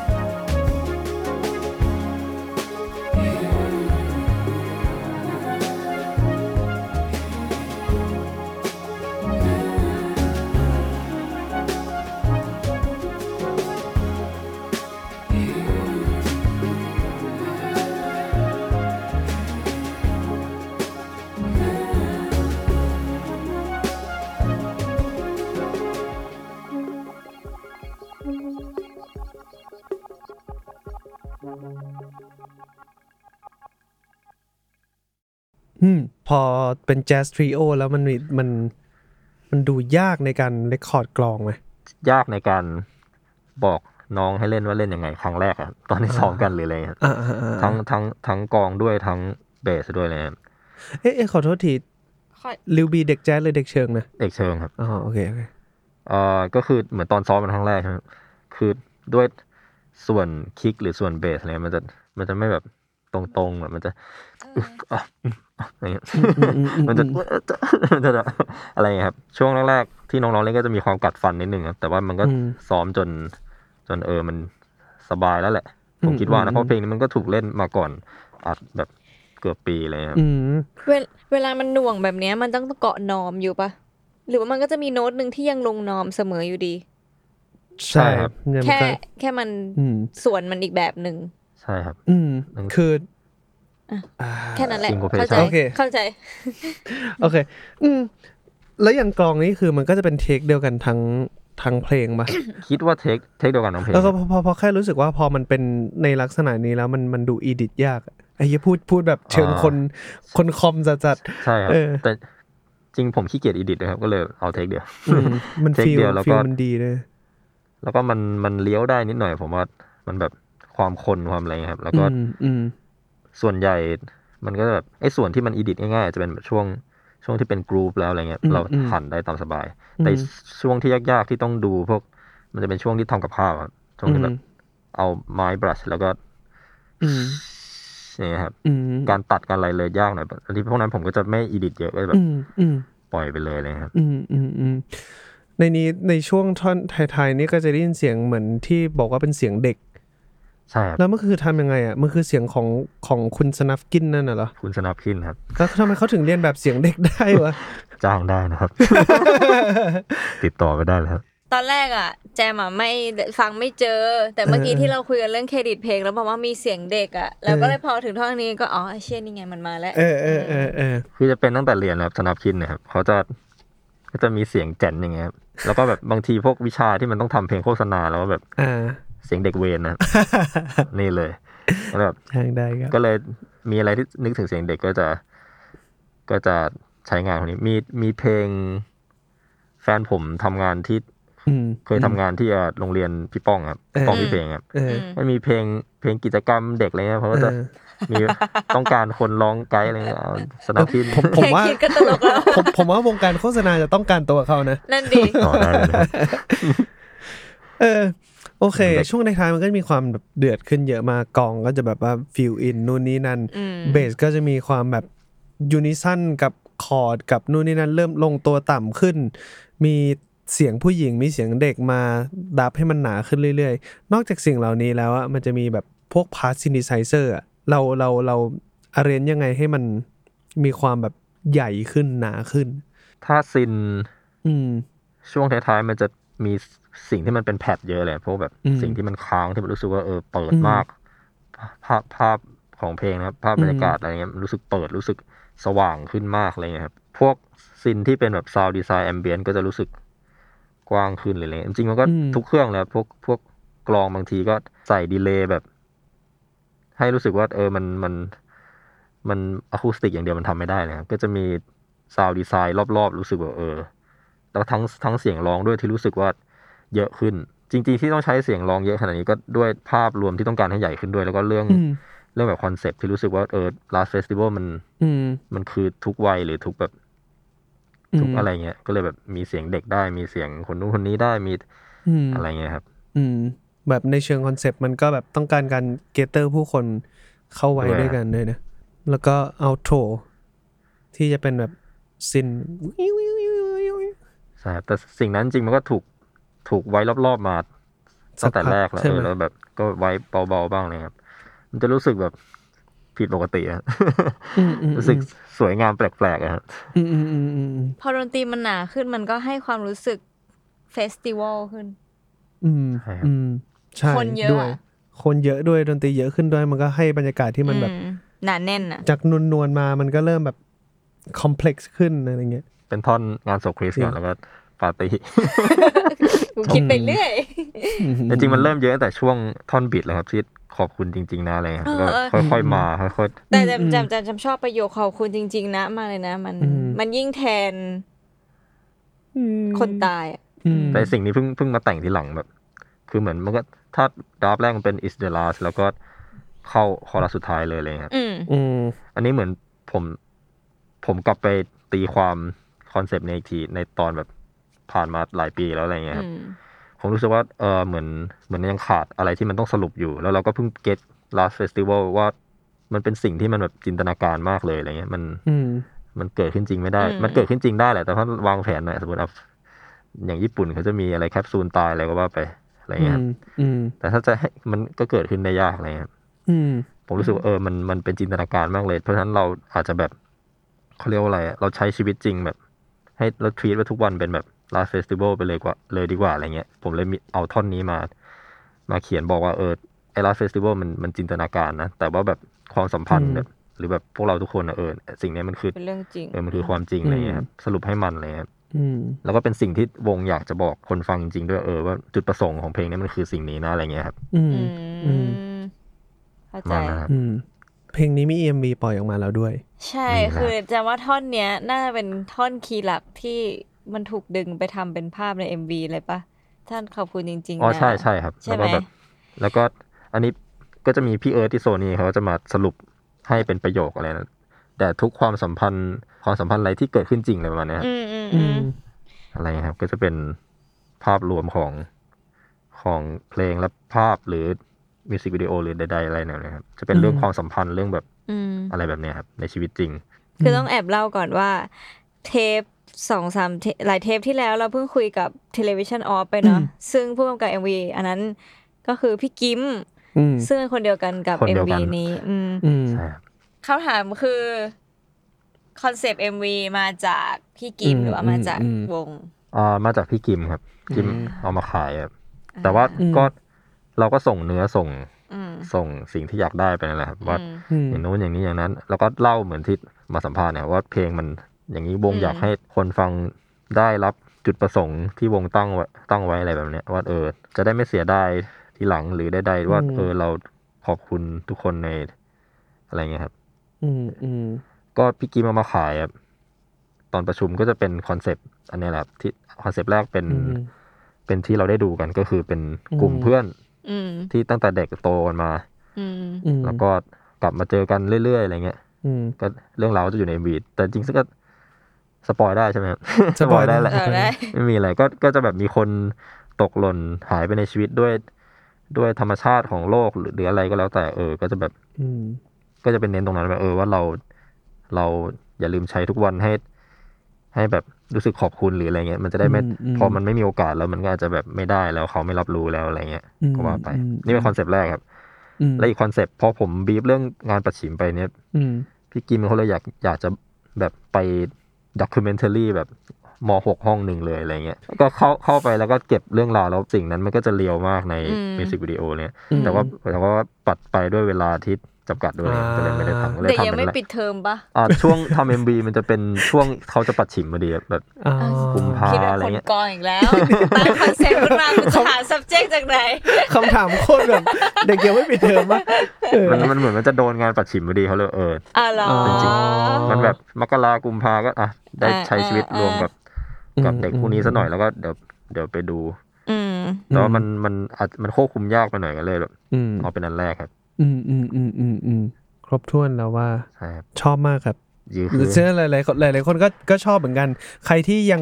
B: อืมพอเป็นแจ๊สทริโอแล้วมันมีมันมันดูยากในการเรคคอร์ดกลองไหม
C: ยากในการบอกน้องให้เล่นว่าเล่นยังไงครั้งแรกอะตอนที่ซ้อมกันหรืออะไรเงี้ย
B: อ่าอ่าอ่า
C: ทั้งทั้งทั้งกลองด้วยทั้งเบสด้วยเลยครับ
B: เอ๊ะเอ๊ะขอโทษที
A: ขอ
B: ลิวบีเด็กแจ๊สเลยเด็กเชิงนะ
C: เอกเชิงครับ
B: อ๋อโอเคโอเค
C: เอ่อก็คือเหมือนตอนซ้อมเป็นครั้งแรกใช่ไหมคือด้วยส่วนคิกหรือส่วนเบสอะไรมันจะมันจะไม่แบบตรงๆแบบมันจะ อ่ะอะไรเงี้ย
B: อืมอืมอืม
C: มันจะ มันจะอะไรเงี้ยครับ ช่วงแรกๆที่น้องๆเล่นก็จะมีความกัดฟันนิดนึงครับแต่ว่ามันก็
B: อืม
C: ซ้อมจน จนเออมันสบายแล้วแหละ ผ
B: อื
C: ม
B: ม
C: คิดว่า
B: อื
C: นะ
B: ม
C: เพราะเพลงนี้มันก็ถูกเล่นมาก่อนอัดแบบเกือบปีเลยครับ
B: อืม
A: เวลเวลามันหน่วงแบบเนี้ยมันต้องเกาะนอมอยู่ปะหรือว่ามันก็จะมีโน้ตหนึ่งที่ยังลงนอมเสมออยู่ดี
B: ใช่
C: ใช่ครับ
B: เนี่ยมัน
A: แค่
B: ก็
A: แค่มัน
B: อืม
A: สวนมันอีกแบบหนึ่ง
C: ใช่ครับ
B: อืม คืออะ อ่า
A: แค่นั้นแหละ
C: Syncopation
A: เข้าใจ
B: โอเค
A: เข้าใจ
B: โอเค อืม แล้วอย่างกลองนี่คือมันก็จะเป็นเทคเดียวกันทั้งทั้งเพลงปะ
C: คิดว่าเทคเทคเดียวกันน้องเพลง
B: แล้วก็พอพอพอแค่รู้สึกว่าพอมันเป็นในลักษณะนี้แล้วมันมันดูอีดิทยากอะไอ้ยี่พูดพูดแบบเชิงคนคนคอมจัดจัด
C: ใช่ครับ
B: เออ
C: แต่จริงผมขี้เกียจอีดิทนะครับ ก็เลยเอาเทคเดียว
B: ๆอืมมัน
C: เทค
B: ฟีล
C: เดียวแล้ว
B: ฟี
C: ก็
B: ลมันดีเลย
C: แล้วก็มันมันเลี้ยวได้นิดหน่อย ผมว่ามันแบบความคนความอะไรเงี้ยครับ แล้วก็
B: อืมอืม
C: ส่วนใหญ่มันก็แบบไอ้ส่วนที่มันอีดิทง่ายๆ จะเป็นแบบช่วงช่วงที่เป็นกรูปแล้วอะไรเงี้ย
B: อืม
C: เรา
B: อืม
C: หั่นได้ตามสบาย
B: อืม
C: แต่ช่วงที่ยากๆที่ต้องดูพวกมันจะเป็นช่วงที่ทำกับข้าวครับช่วงที่แบบเอาไม้บรัชแล้วก็
B: อืม
C: อย่างเนี่ยครับ
B: อืม
C: การตัดการอะไรเลยยากหน่อยอันที่พวกนั้นผมก็จะไม่อีดิทเยอะก็จะแบ
B: อื
C: บ
B: มอืม
C: ปล่อยไปเลยอะไรเลยครับ
B: อืมอืมอืมในนี้ในช่วงท่อนท้ายๆนี่ก็จะได้ยินเสียงเหมือนที่บอกว่าเป็นเสียงเด็ก
C: ใช่ครับ
B: แล้วมันคือทำยังไงอ่ะมันคือเสียงของของคุณสนัฟกินนั่นน่ะเหรอ
C: คุณสนับขึ้นครับ
B: แล้วทำไมเขาถึงเรียนแบบเสียงเด็กได้วะ
C: จ้างได้ นะครับ ติดต่อไปได้เลยครับ
A: ตอนแรกอ่ะ แจมอ่ะไม่ฟังไม่เจอ แต่เมื่อกี้
B: เออเออ
A: ที่เราคุยกันเรื่องเครดิตเพลงแล้วบอกว่ามีเสียงเด็กอ่ะแล้วก็
B: เออ
A: เลยพอถึงท่อนนี้ก็อ๋อไอ้เชี่ยนี่ไงมันมาแล้ว
B: เออเออเออเออ
C: คือจะเป็นตั้งแต่เรียนนะครับสนับคินเนะครับเขาจะก็จะมีเสียงแจ่นอย่างเงี้ยครับแล้วก็แบบบางทีพวกวิชาที่มันต้องทำเพลงโฆษณาแล้วก็แบบ
B: อ่า
C: เสียงเด็กเวรนะครับ นี่เลยแล้วแบบ
B: ทางได้ครับ
C: ก็เลยมีอะไรที่นึกถึงเสียงเด็กก็จะ ก็จะใช้งานคนนี้มีมีเพลง แฟนผมทำงานที่
B: อืม
C: เคยทำงานที่เอ่อโรงเรียนพี่ป้องครับ
B: เออ
C: ป้องพี่เพลงครับ
B: เออ
C: มันมีเพลงเพลงกิจกรรมเด็กอะไรเงี้ยเพราะว่าจะ
B: เออ
C: มีต้องการคนร้องไกด์อะไรเงี้ยเอาสนับคิน
B: ผมผ
A: แค่
B: มว่า
A: คิดก็ตลก แล้ว
B: ผมผมว่าวงการโฆษณาจะต้องการตัวเขานะ
A: นั่นดี
C: ต่อได้เลยนะครับ
B: เออ โอเค
C: แบบ
B: ช่วงในท้ายมันก็มีความแบบเดือดขึ้นเยอะมากกองก็จะแบบว่าฟิลอินนู่นนี่นั่น
A: อืม
B: เบสก็จะมีความแบบยูนิซันกับคอร์ดกับนู่นนี่นั่นเริ่มลงตัวต่ำขึ้น มีเสียงผู้หญิงมีเสียงเด็กมาดับให้มันหนาขึ้นเรื่อยๆ นอกจากสิ่งเหล่านี้แล้วอะมันจะมีแบบพวกพาร์ทซินดิไซเซอร์อะเราเราเราอาเรนยังไงให้มันมีความแบบใหญ่ขึ้นหนาขึ้น
C: ถ้าซิน
B: อืม
C: ช่วงท้ายๆ มันจะมีสิ่งที่มันเป็นแพทเยอะเลยพวกแบบ
B: อืม
C: สิ่งที่มันค้างที่มันรู้สึกว่าเออเปิด
B: อืม
C: มากภาพภาพของเพลงนะครับ ภาพ
B: อืม
C: บรรยากาศอะไรเงี้ยรู้สึกเปิดรู้สึกสว่างขึ้นมากอะไรเงี้ยครับ พวกซินที่เป็นแบบซาวด์ดีไซน์แอมเบียนก็จะรู้สึกกว้างขึ้นเลยอะไรเลยจริงๆมันก็
B: อืม
C: ทุกเครื่องแหล้วพวกพวกกลองบางทีก็ใส่ดีเลย์แบบ ให้รู้สึกว่าเออมันมันมันอะคูสติกอย่างเดียวมันทำไม่ได้เลยครับก็จะมีซาวด์ดีไซน์รอบๆ รู้สึกว่าเออ แล้วทั้งทั้งเสียงร้องด้วยที่รู้สึกว่าเยอะขึ้น จริง ๆ ที่ต้องใช้เสียงร้องเยอะขนาดนี้ก็ด้วยภาพรวมที่ต้องการให้ใหญ่ขึ้นด้วย แล้วก็เรื่อง
B: อืม
C: เรื่องแบบคอนเซปต์ที่รู้สึกว่าเออ last festival มัน
B: อืม
C: มันคือทุกวัยหรือทุกแบบ
B: ม
C: ทุกอะไรเงี้ย ก็เลยแบบมีเสียงเด็กได้มีเสียงคนนู้นคนนี้ได้มี
B: อืม
C: อะไรเงี้ยครับ
B: อืมแบบในเชิงคอนเซปต์มันก็แบบต้องการการเกเตอร์ผู้คนเข้าไว้
C: ด้วย
B: ด้วยกันด้วยนะ แล้วก็เอาโทรที่จะเป็นแบบซิน
C: ใช่ครับแต่สิ่งนั้นจริงมันก็ถูกถูกไว้รอบๆมาตั้งแต่แรกแล้ว
B: ใช่
C: เอ
B: ไหม
C: อแล้วแบบก็ไว้เบาๆบ้างเลยครับ มันจะรู้สึกแบบผิดปกติอะ
B: อืมอืม
C: รู้สึกสวยงามแปลกๆอะครับ
B: อืมอืมอืมอืม
A: พอดนตรีมันหนาขึ้นมันก็ให้ความรู้สึกเฟสติวัลขึ้น
B: อืม
C: ใช่ครับ
B: อืมใช่
A: คนเยอะ
B: ด้วย
A: อะ
B: คนเยอะด้วยดนตรีเยอะขึ้นด้วย มันก็ให้บรรยากาศที่มันแบบ
A: อืหนาแน่นอ่ะ
B: จากนวลนวลๆมามันก็เริ่มแบบคอมเพล็กซ์ขึ้นอะไรเงี้ย
C: เป็นท่อนงานศพคริสก่อนแล้วก็ปาร์ตี้
A: คิดไปเรื่อย
C: แต่จริงมันเริ่มเยอะตั้งแต่ช่วงท่อนบิดแล้วครับที่ขอบคุณจริง ๆ นะอะไรเงี้ย
A: เออ
C: ก็
A: เออ
C: ค่อยๆมาค่อย
A: แต่จำจำจำจำชอบประโยคขอบคุณจริง ๆ นะมากเลยนะ มัน
B: อืม
A: มันยิ่งแทนคนตายอะ
B: อืม
C: ๆแต่สิ่งนี้เพิ่งเพิ่งมาแต่งทีหลังแบบ คือเหมือนมันก็ถ้าดราฟต์แรกมันเป็น is the last แล้วก็เข้าคอรัสสุดท้ายเลยอะไรเลยครับ
A: อืม
B: อืม
C: อันนี้เหมือนผมผมกลับไปตีความคอนเซปต์ในอีกทีในตอนแบบผ่านมาหลายปีแล้วอะไรเงี้ยครับ
A: อืม
C: ผมรู้สึกว่า เออเหมือน เหมือนยังขาดอะไรที่มันต้องสรุปอยู่ แล้วเราก็เพิ่งเก็ต last festival ว่า มันเป็นสิ่งที่มันแบบจินตนาการมากเลยอะไรเงี้ยมัน
B: อืม
C: มันเกิดขึ้นจริงไม่ได้
A: อืม
C: มันเกิดขึ้นจริงได้แหละ แต่ถ้าวางแผนหน่อยสมมติเอาอย่างญี่ปุ่นเขาจะมีอะไรแคปซูลตายอะไรก็ว่าไปอะไร
B: อื
C: เงี้ยค
B: ม
C: รับ
B: อืม
C: แต่ถ้าจะให้มันก็เกิดขึ้นได้ยากอะไรเงี้ยครับ
B: อืม
C: ผมรู้สึกว่าเออ มัน มันเป็นจินตนาการมากเลย เพราะฉะนั้นเราอาจจะแบบเขาเรียกว่าอะไรอะเราใช้ชีวิตจริงแบบ ให้เราทวีตว่าทุกวันเป็นแบบ last festival ไปเลยกว่า เลยดีกว่าอะไรเงี้ย ผมเลยมีเอาท่อนนี้มา มาเขียนบอกว่าเออไอ้ last festival มัน มันจินตนาการนะ แต่ว่าแบบความสัมพันธ์
B: อืม
C: แบบ หรือแบบพวกเราทุกคนอะเออ สิ่งเนี้ยมันคือ
A: เป็นเรื่องจริง
C: เออ มันคือความจริง
B: อืม
C: อะไรเงี้ยครับ สรุปให้มันอะไรเลยครับ
B: อืม
C: แล้วก็เป็นสิ่งที่วงอยากจะบอกคนฟังจริงๆด้วย เออ ว่าจุดประสงค์ของเพลงนี้มันคือสิ่งนี้นะอะไรเงี้ยครับ
B: อืม
A: อื
B: อืม
A: มเข้า
C: ป
A: ใจ
C: ระมาณนั้นครับ
B: อืม เพลงนี้มี EMV ปล่อยออกมาแล้วด้วย
A: ใช่
C: นี่แหละ
A: คือจะว่าท่อนเนี้ย น่าจะเป็นท่อนคีย์หลักที่มันถูกดึงไปทำเป็นภาพใน MV เลยปะท่านขอบคุณจริงๆ
C: อ๋อ
A: นะ
C: ใช่ใช่ครับ
A: ใช่
C: แล้ว
A: ไหม
C: ก็แบบ แล้วก็อันนี้ก็จะมีพี่เอิร์ธที่โซนี่เขาจะมาสรุปให้เป็นประโยคอะไรนะ แต่ทุกความสัมพันธ์ความสัมพันธ์อะไรที่เกิดขึ้นจริงอะไรประมาณเนี้ยครับ
A: อืมอืม
B: อื
A: อื
B: ม
A: ม
C: อะไรครับก็จะเป็นภาพรวมของของเพลงและภาพหรือมิวสิกวิดีโอหรือใดๆอะไรเนี่ยนะครับจะเป็นเรื่อง
B: อืม
C: ความสัมพันธ์เรื่องแบบ
A: อืม
C: อะไรแบบเนี้ยครับในชีวิตจริง
A: คือต้องแอบเล่าก่อนว่า เทปสองสามเทปหลายเทปที่แล้วเราเพิ่งคุยกับ Television Off ไปเนาะ
B: อืม
A: ซึ่งผู้กำกับ MV อันนั้นก็คือพี่กิม
B: อืม
A: ซึ่งเป็นคนเดียวกันกับ
C: คนเดียว
A: MV
C: กัน
A: นี้ อืม
B: อืม
C: ใช่ครับ
A: คำถามคือ คอนเซปต์ MV มาจากพี่กิม
B: อืม
A: หรือว่ามาจาก
B: อืม
A: วง
C: อ่ามาจากพี่กิมครับกิม
B: อืม
C: เอามาขายครับแต่ว่าก็เราก็ส่งเนื้อส่ง
A: อืม
C: ส่งสิ่งที่อยากได้ไปนั่นแหละครับว่า
A: อืม
B: อืม
C: อย่างโน้นอย่างนี้อย่างนั้น แล้วก็เล่าเหมือนที่มาสัมภาษณ์เนี่ยว่าเพลงมันอย่างนี้วง
A: อืม
C: อยากให้คนฟังได้รับจุดประสงค์ที่วงตั้งไว้ตั้งไว้อะไรแบบเนี้ยว่าเออ จะได้ไม่เสียดายทีหลังหรือใดๆว่า
B: อืม
C: เออเราขอบคุณทุกคนในอะไรเงี้ยครับ
B: อืมอืม
C: ก็พี่กิมเอามาขายครับตอนประชุมก็จะเป็นคอนเซปต์อันเนี้ยแหละครับที่คอนเซปต์แรกเป็น
B: อืม
C: เป็นที่เราได้ดูกันก็คือเป็นกลุ่ม
B: อืม
C: เพื่อน
A: อืม
C: ที่ตั้งแต่เด็กโตกันมา
A: อืม
B: อืม
C: แล้วก็กลับมาเจอกันเรื่อยๆอะไรเงี้ย
B: อืม
C: ก็เรื่องราวจะอยู่ในวีดแต่จริงๆซึ่งก็สปอยได้ใช่ไหมครับ
B: สปอยได้
C: แหละ
A: เออได้
C: ไม่มีอะไรก็ก็จะแบบมีคนตกหล่นหายไปในชีวิตด้วย ด้วยธรรมชาติของโลกหรือหรืออะไรก็แล้วแต่เออ ก็จะแบบ
B: อืม
C: ก็จะเป็นเน้นตรงนั้นแบบเออว่าเราเราอย่าลืมใช้ทุกวันให้ ให้แบบรู้สึกขอบคุณหรืออะไรเงี้ย มันจะได้ไม่
B: อืมอืม
C: พอมันไม่มีโอกาสแล้วมันก็อาจจะแบบไม่ได้แล้วเขาไม่รับรู้แล้วอะไรเงี้ย
B: อืม
C: ก็ว่าไป
B: อืม
C: นี่เป็นคอนเซปต์แรกครับ
B: อืม
C: และอีกคอนเซปต์พอผมบีบเรื่องงานประชิมไปเนี่ย
B: อืม
C: พี่กิมเขาเลยอยากอยากจะแบบไปด็อกิเมน a r รีแบบมหกห้องหนึ่งเลยอะไรเงี้ยก็เข้าเข้าไปแล้วก็เก็บเรื่องราวแล้วสิ่งนั้นมันก็จะเลียวมากใน
A: อืม
C: มิวสิกวิดีโอเนี่ย
B: อืม
C: แต่ว่าแต่ว่าปัดไปด้วยเวลาที่จำกัดด้วย
B: อ่า
C: ก็เลยไม่ได้ทำก็เลย
A: แต่
C: ทำ
A: ยัง
C: เป็
A: ไม่
C: นละ
A: ปิดเทอมปะ
C: อ่าช่วงทำเอ็มบีมันจะเป็นช่วงเขาจะปัดฉิมพอดีครับแบบ
B: อ่า
C: กุมภา
A: คิดว่า
C: อะไร
A: คน
C: เงี้ย
A: กองอีกแล้วตั้งคอนเซปต์ขึ้นมาคุณจะหา subject จากไหน
B: คำถามโคตรแบบ เด็กยังไม่ปิดเทอมปะเออ
C: มันมันเหมือนมันจะโดนงานปัดฉิมพอดีเขาเลยเออ
A: อ่ะเหรอ
B: จริง อ๋อ
C: มันแบบมกรากุมภาก็อ่ะได้
A: อ่า
C: ใช้ชีวิต
A: อ่าร ร
C: วมกับกับ
B: อืม
C: เด็กคู่นี้ซะหน่อยแล้วก็เดี๋ยวเดี๋ยวไปดู
A: อืม
C: แต่
B: อื
C: ว่าม มันมันอาจมันควบคุมยากไปหน่อยก็เลยแบบ
B: อืม
C: เอาเป็นอันแรกครับ
B: อืมอืมอืมอืมอืมครบถ้วนแล้วว่า
C: ใช่ครับ
B: ชอบมากครับ
C: ยื้อ
B: ห
C: คื
B: รือ
C: อ
B: เชื่อหลายๆคนหลายๆคนก็ก็ชอบเหมือนกัน ใครที่ยัง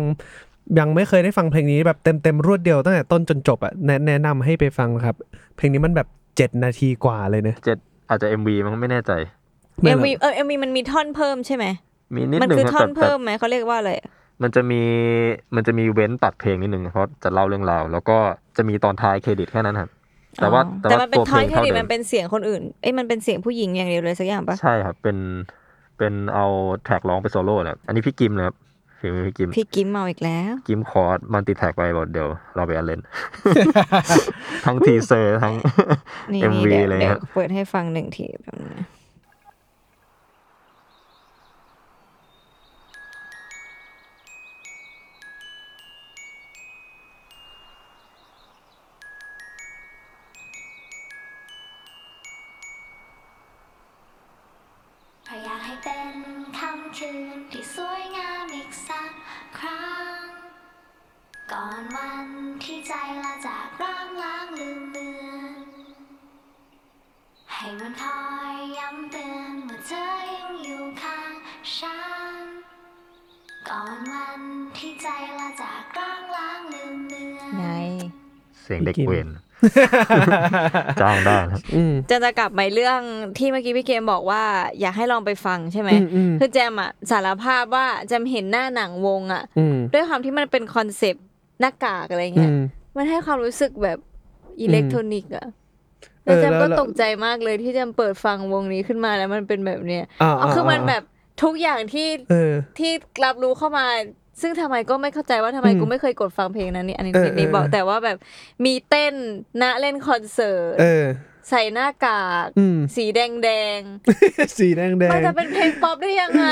B: ยังไม่เคยได้ฟังเพลงนี้แบบเต็มเต็มๆรวดเดียวตั้งแต่ต้นจนจบอ่ะแนะแนะนำให้ไปฟังครับ เพลงนี้มันแบบเจ็ดนาทีกว่าเลยนะ
C: เจ็ดอาจจะ MV มันไม่แน่ใจ
B: ไม่หรอก
A: MV เออ MV มันมีท่อนเพิ่มใช่ไหม
C: มีนิด
A: มัน
C: หนึ่ง
A: คือ
C: ครั
A: ท่อ
C: บแต่
A: น
C: แต่
A: เพิ่มไหมเขาเรียกว่าอะไร
C: มันจะมีมันจะมีเว้นตัดเพลงนิดหนึ่งเพราะจะเล่าเรื่องราวแล้วก็จะมีตอนท้ายเครดิตแค่นั้นครับแต่ว่า
A: อ๋อ
C: แต่ว่า
A: มันเป็
C: ตั
A: น
C: วเพ
A: ท้อ
C: ล
A: ย
C: ง
A: แค่
C: เท่า
A: นี้
C: เดิ
A: มั
C: ม
A: นเป็นเสียงคนอื่น เอ้ยมันเป็นเสียงผู้หญิงอย่างเดียวเลยสักอย่างปะ
C: ใช่ครับเป็นเป็นเอาแท็กร้องไปนโซโล่แหละอันนี้พี่กิมเลยครับฝีมือพี่กิม
A: พี่กิมเมาอีกแล้ว
C: กิมคอร์สมันติดแท็กไปบอกเดี๋ยวเราไปอันเลน ทั้งทีเซอร์ทั้ง
A: นี่
C: MV
A: นี่เดี๋ยว
C: เลย
A: เดี๋ยว
C: ฮะ
A: เปิดให้ฟังหนึ่งทีแบบนี้นะ
F: เราอยากให้เป็นคำคืนที่สวยงามอีกสักครั้ง ก่อนวันที่ใจลาจากร่างล้างลืมเลือนให้มันคอยย้ำเตือนเมื่อเธอยังอยู่ข้างฉัน ก่อนวันที่ใจลาจากร่างล้างลืมเลือน
A: ไง
C: เสียงเด็ก
B: พี่กิม
C: เวน จ้างได้ครับ
B: อืม
A: จะจะกลับไปเรื่องที่เมื่อกี้พี่เกมบอกว่า อยากให้ลองไปฟังใช่ไหม
B: อืมอืม
A: คือแจมอะสารภาพว่าแจมเห็นหน้าหนังวงอะ
B: อืม
A: ด้วยความที่มันเป็นคอนเซปต์หน้ากากอะไร
B: อื
A: เงี้ย
B: ม
A: มันให้ความรู้สึกแบบอิเล็กทรอนิกส์อะ
B: เอ
A: แล้ว
B: อ
A: แจมก็
B: แล้ว
A: ตกใจมากเลยที่แจมเปิดฟังวงนี้ขึ้นมาแล้วมันเป็นแบบเนี้ย
B: อ่า
A: อ๋อคือมันแบบทุกอย่างที่
B: เออ
A: ที่รับรู้เข้ามา ซึ่งทำไมก็ไม่เข้าใจว่าทำไม
B: อืม
A: กูไม่เคยกดฟังเพลงนั้นนี่อันนี้
B: เออ
A: นี่บอก
B: เออ
A: แต่ว่าแบบมีเต้นณเล่นคอนเสิร์ต
B: เออ
A: ใส่หน้ากาก
B: อืม
A: สีแดงแดง
B: สีแดงแด
A: ๆมัน
B: ง
A: จะเป็นเพลงป๊อปได้ยังไง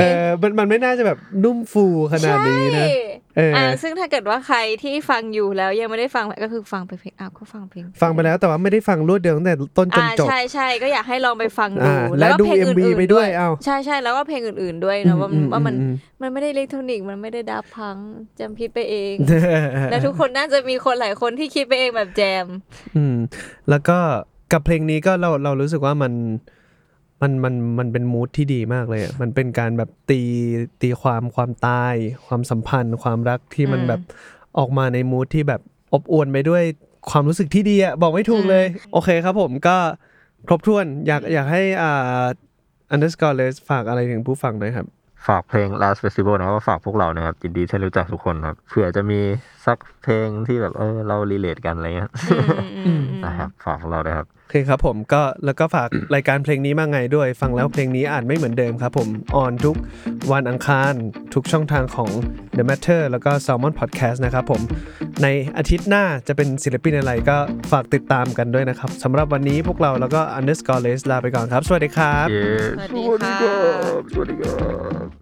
B: เออมันมันไม่น่าจะแบบนุ่มฟูขนาดนี้นะ
A: ใช่
B: เอออ่
A: ่าซึ่งถ้าเกิดว่าใครที่ฟังอยู่แล้วยังไม่ได้ฟังก็คือฟังไปเพลงอ้าวก็ฟังเพลง
B: ฟังไปแล้วแต่ว่าไม่ได้ฟังรวดเดียวตั้งแต่ต้นจน
A: อ่า
B: จบ
A: ใช่ใช่ก็อยากให้ลองไปฟังดู
B: อ่า
A: แล้วก็
B: และดู
A: เพลง
B: MV
A: อื่น
B: ไป
A: ๆ
B: ด้
A: ด้
B: ว
A: วย ย
B: เอา
A: ใช่ใช่แล้วก็เพลงอื่นๆด้วยนะว่า
B: อื
A: ว่ามัน
B: อื
A: มันไม่ได้อิเล็กทรอนิกส์มันไม่ได้ดับพังจำผิดไปเอง
B: อืม
A: และทุกคนน่าจะมีคนหลายคนที่คิดไปเองแบบแจ ม
B: อืมแล้วก็กับเพลงนี้ก็เราเรารู้สึกว่ามันมันมันมันเป็นมูทที่ดีมากเลยอะมันเป็นการแบบตีตีความความตาย ความสัมพันธ์ ความรักที่มัน
A: อืม
B: แบบออกมาในมูทที่แบบอบอวลไปด้วยความรู้สึกที่ดีอะบอกไม่ถูกเลย โอเคครับผมก็ครบถ้วนอยากอยากให้อ่า underscore less ฝากอะไรถึงผู้ฟังหน่อยครับ
C: ฝากเพลง last festival นะครับก็ฝากพวกเรานะครับยินดีที่รู้จักทุกคนครับเผื่อจะมีสักเพลงที่แบบเออเรารีเลทกันอะไรเงี้ย
A: อืมๆๆ
C: นะครับฝากพวกเราด้วยครับ
B: โอเคครับผมก็แล้วก็ฝาก รายการเพลงนี้มาไงด้วย ฟังแล้วเพลงนี้อ่านไม่เหมือนเดิมครับผมออนทุกวันอังคารทุกช่องทางของ The Matter แล้วก็ Salmon Podcast นะครับผม ในอาทิตย์หน้าจะเป็นศิลปินอะไรก็ฝากติดตามกันด้วยนะครับสำหรับวันนี้พวกเราแล้วก็ Underscore Lace ลาไปก่อนครับ สวัสดีครับ
C: เย้
A: สวัสดีค่ะ
C: สวัสดีครับ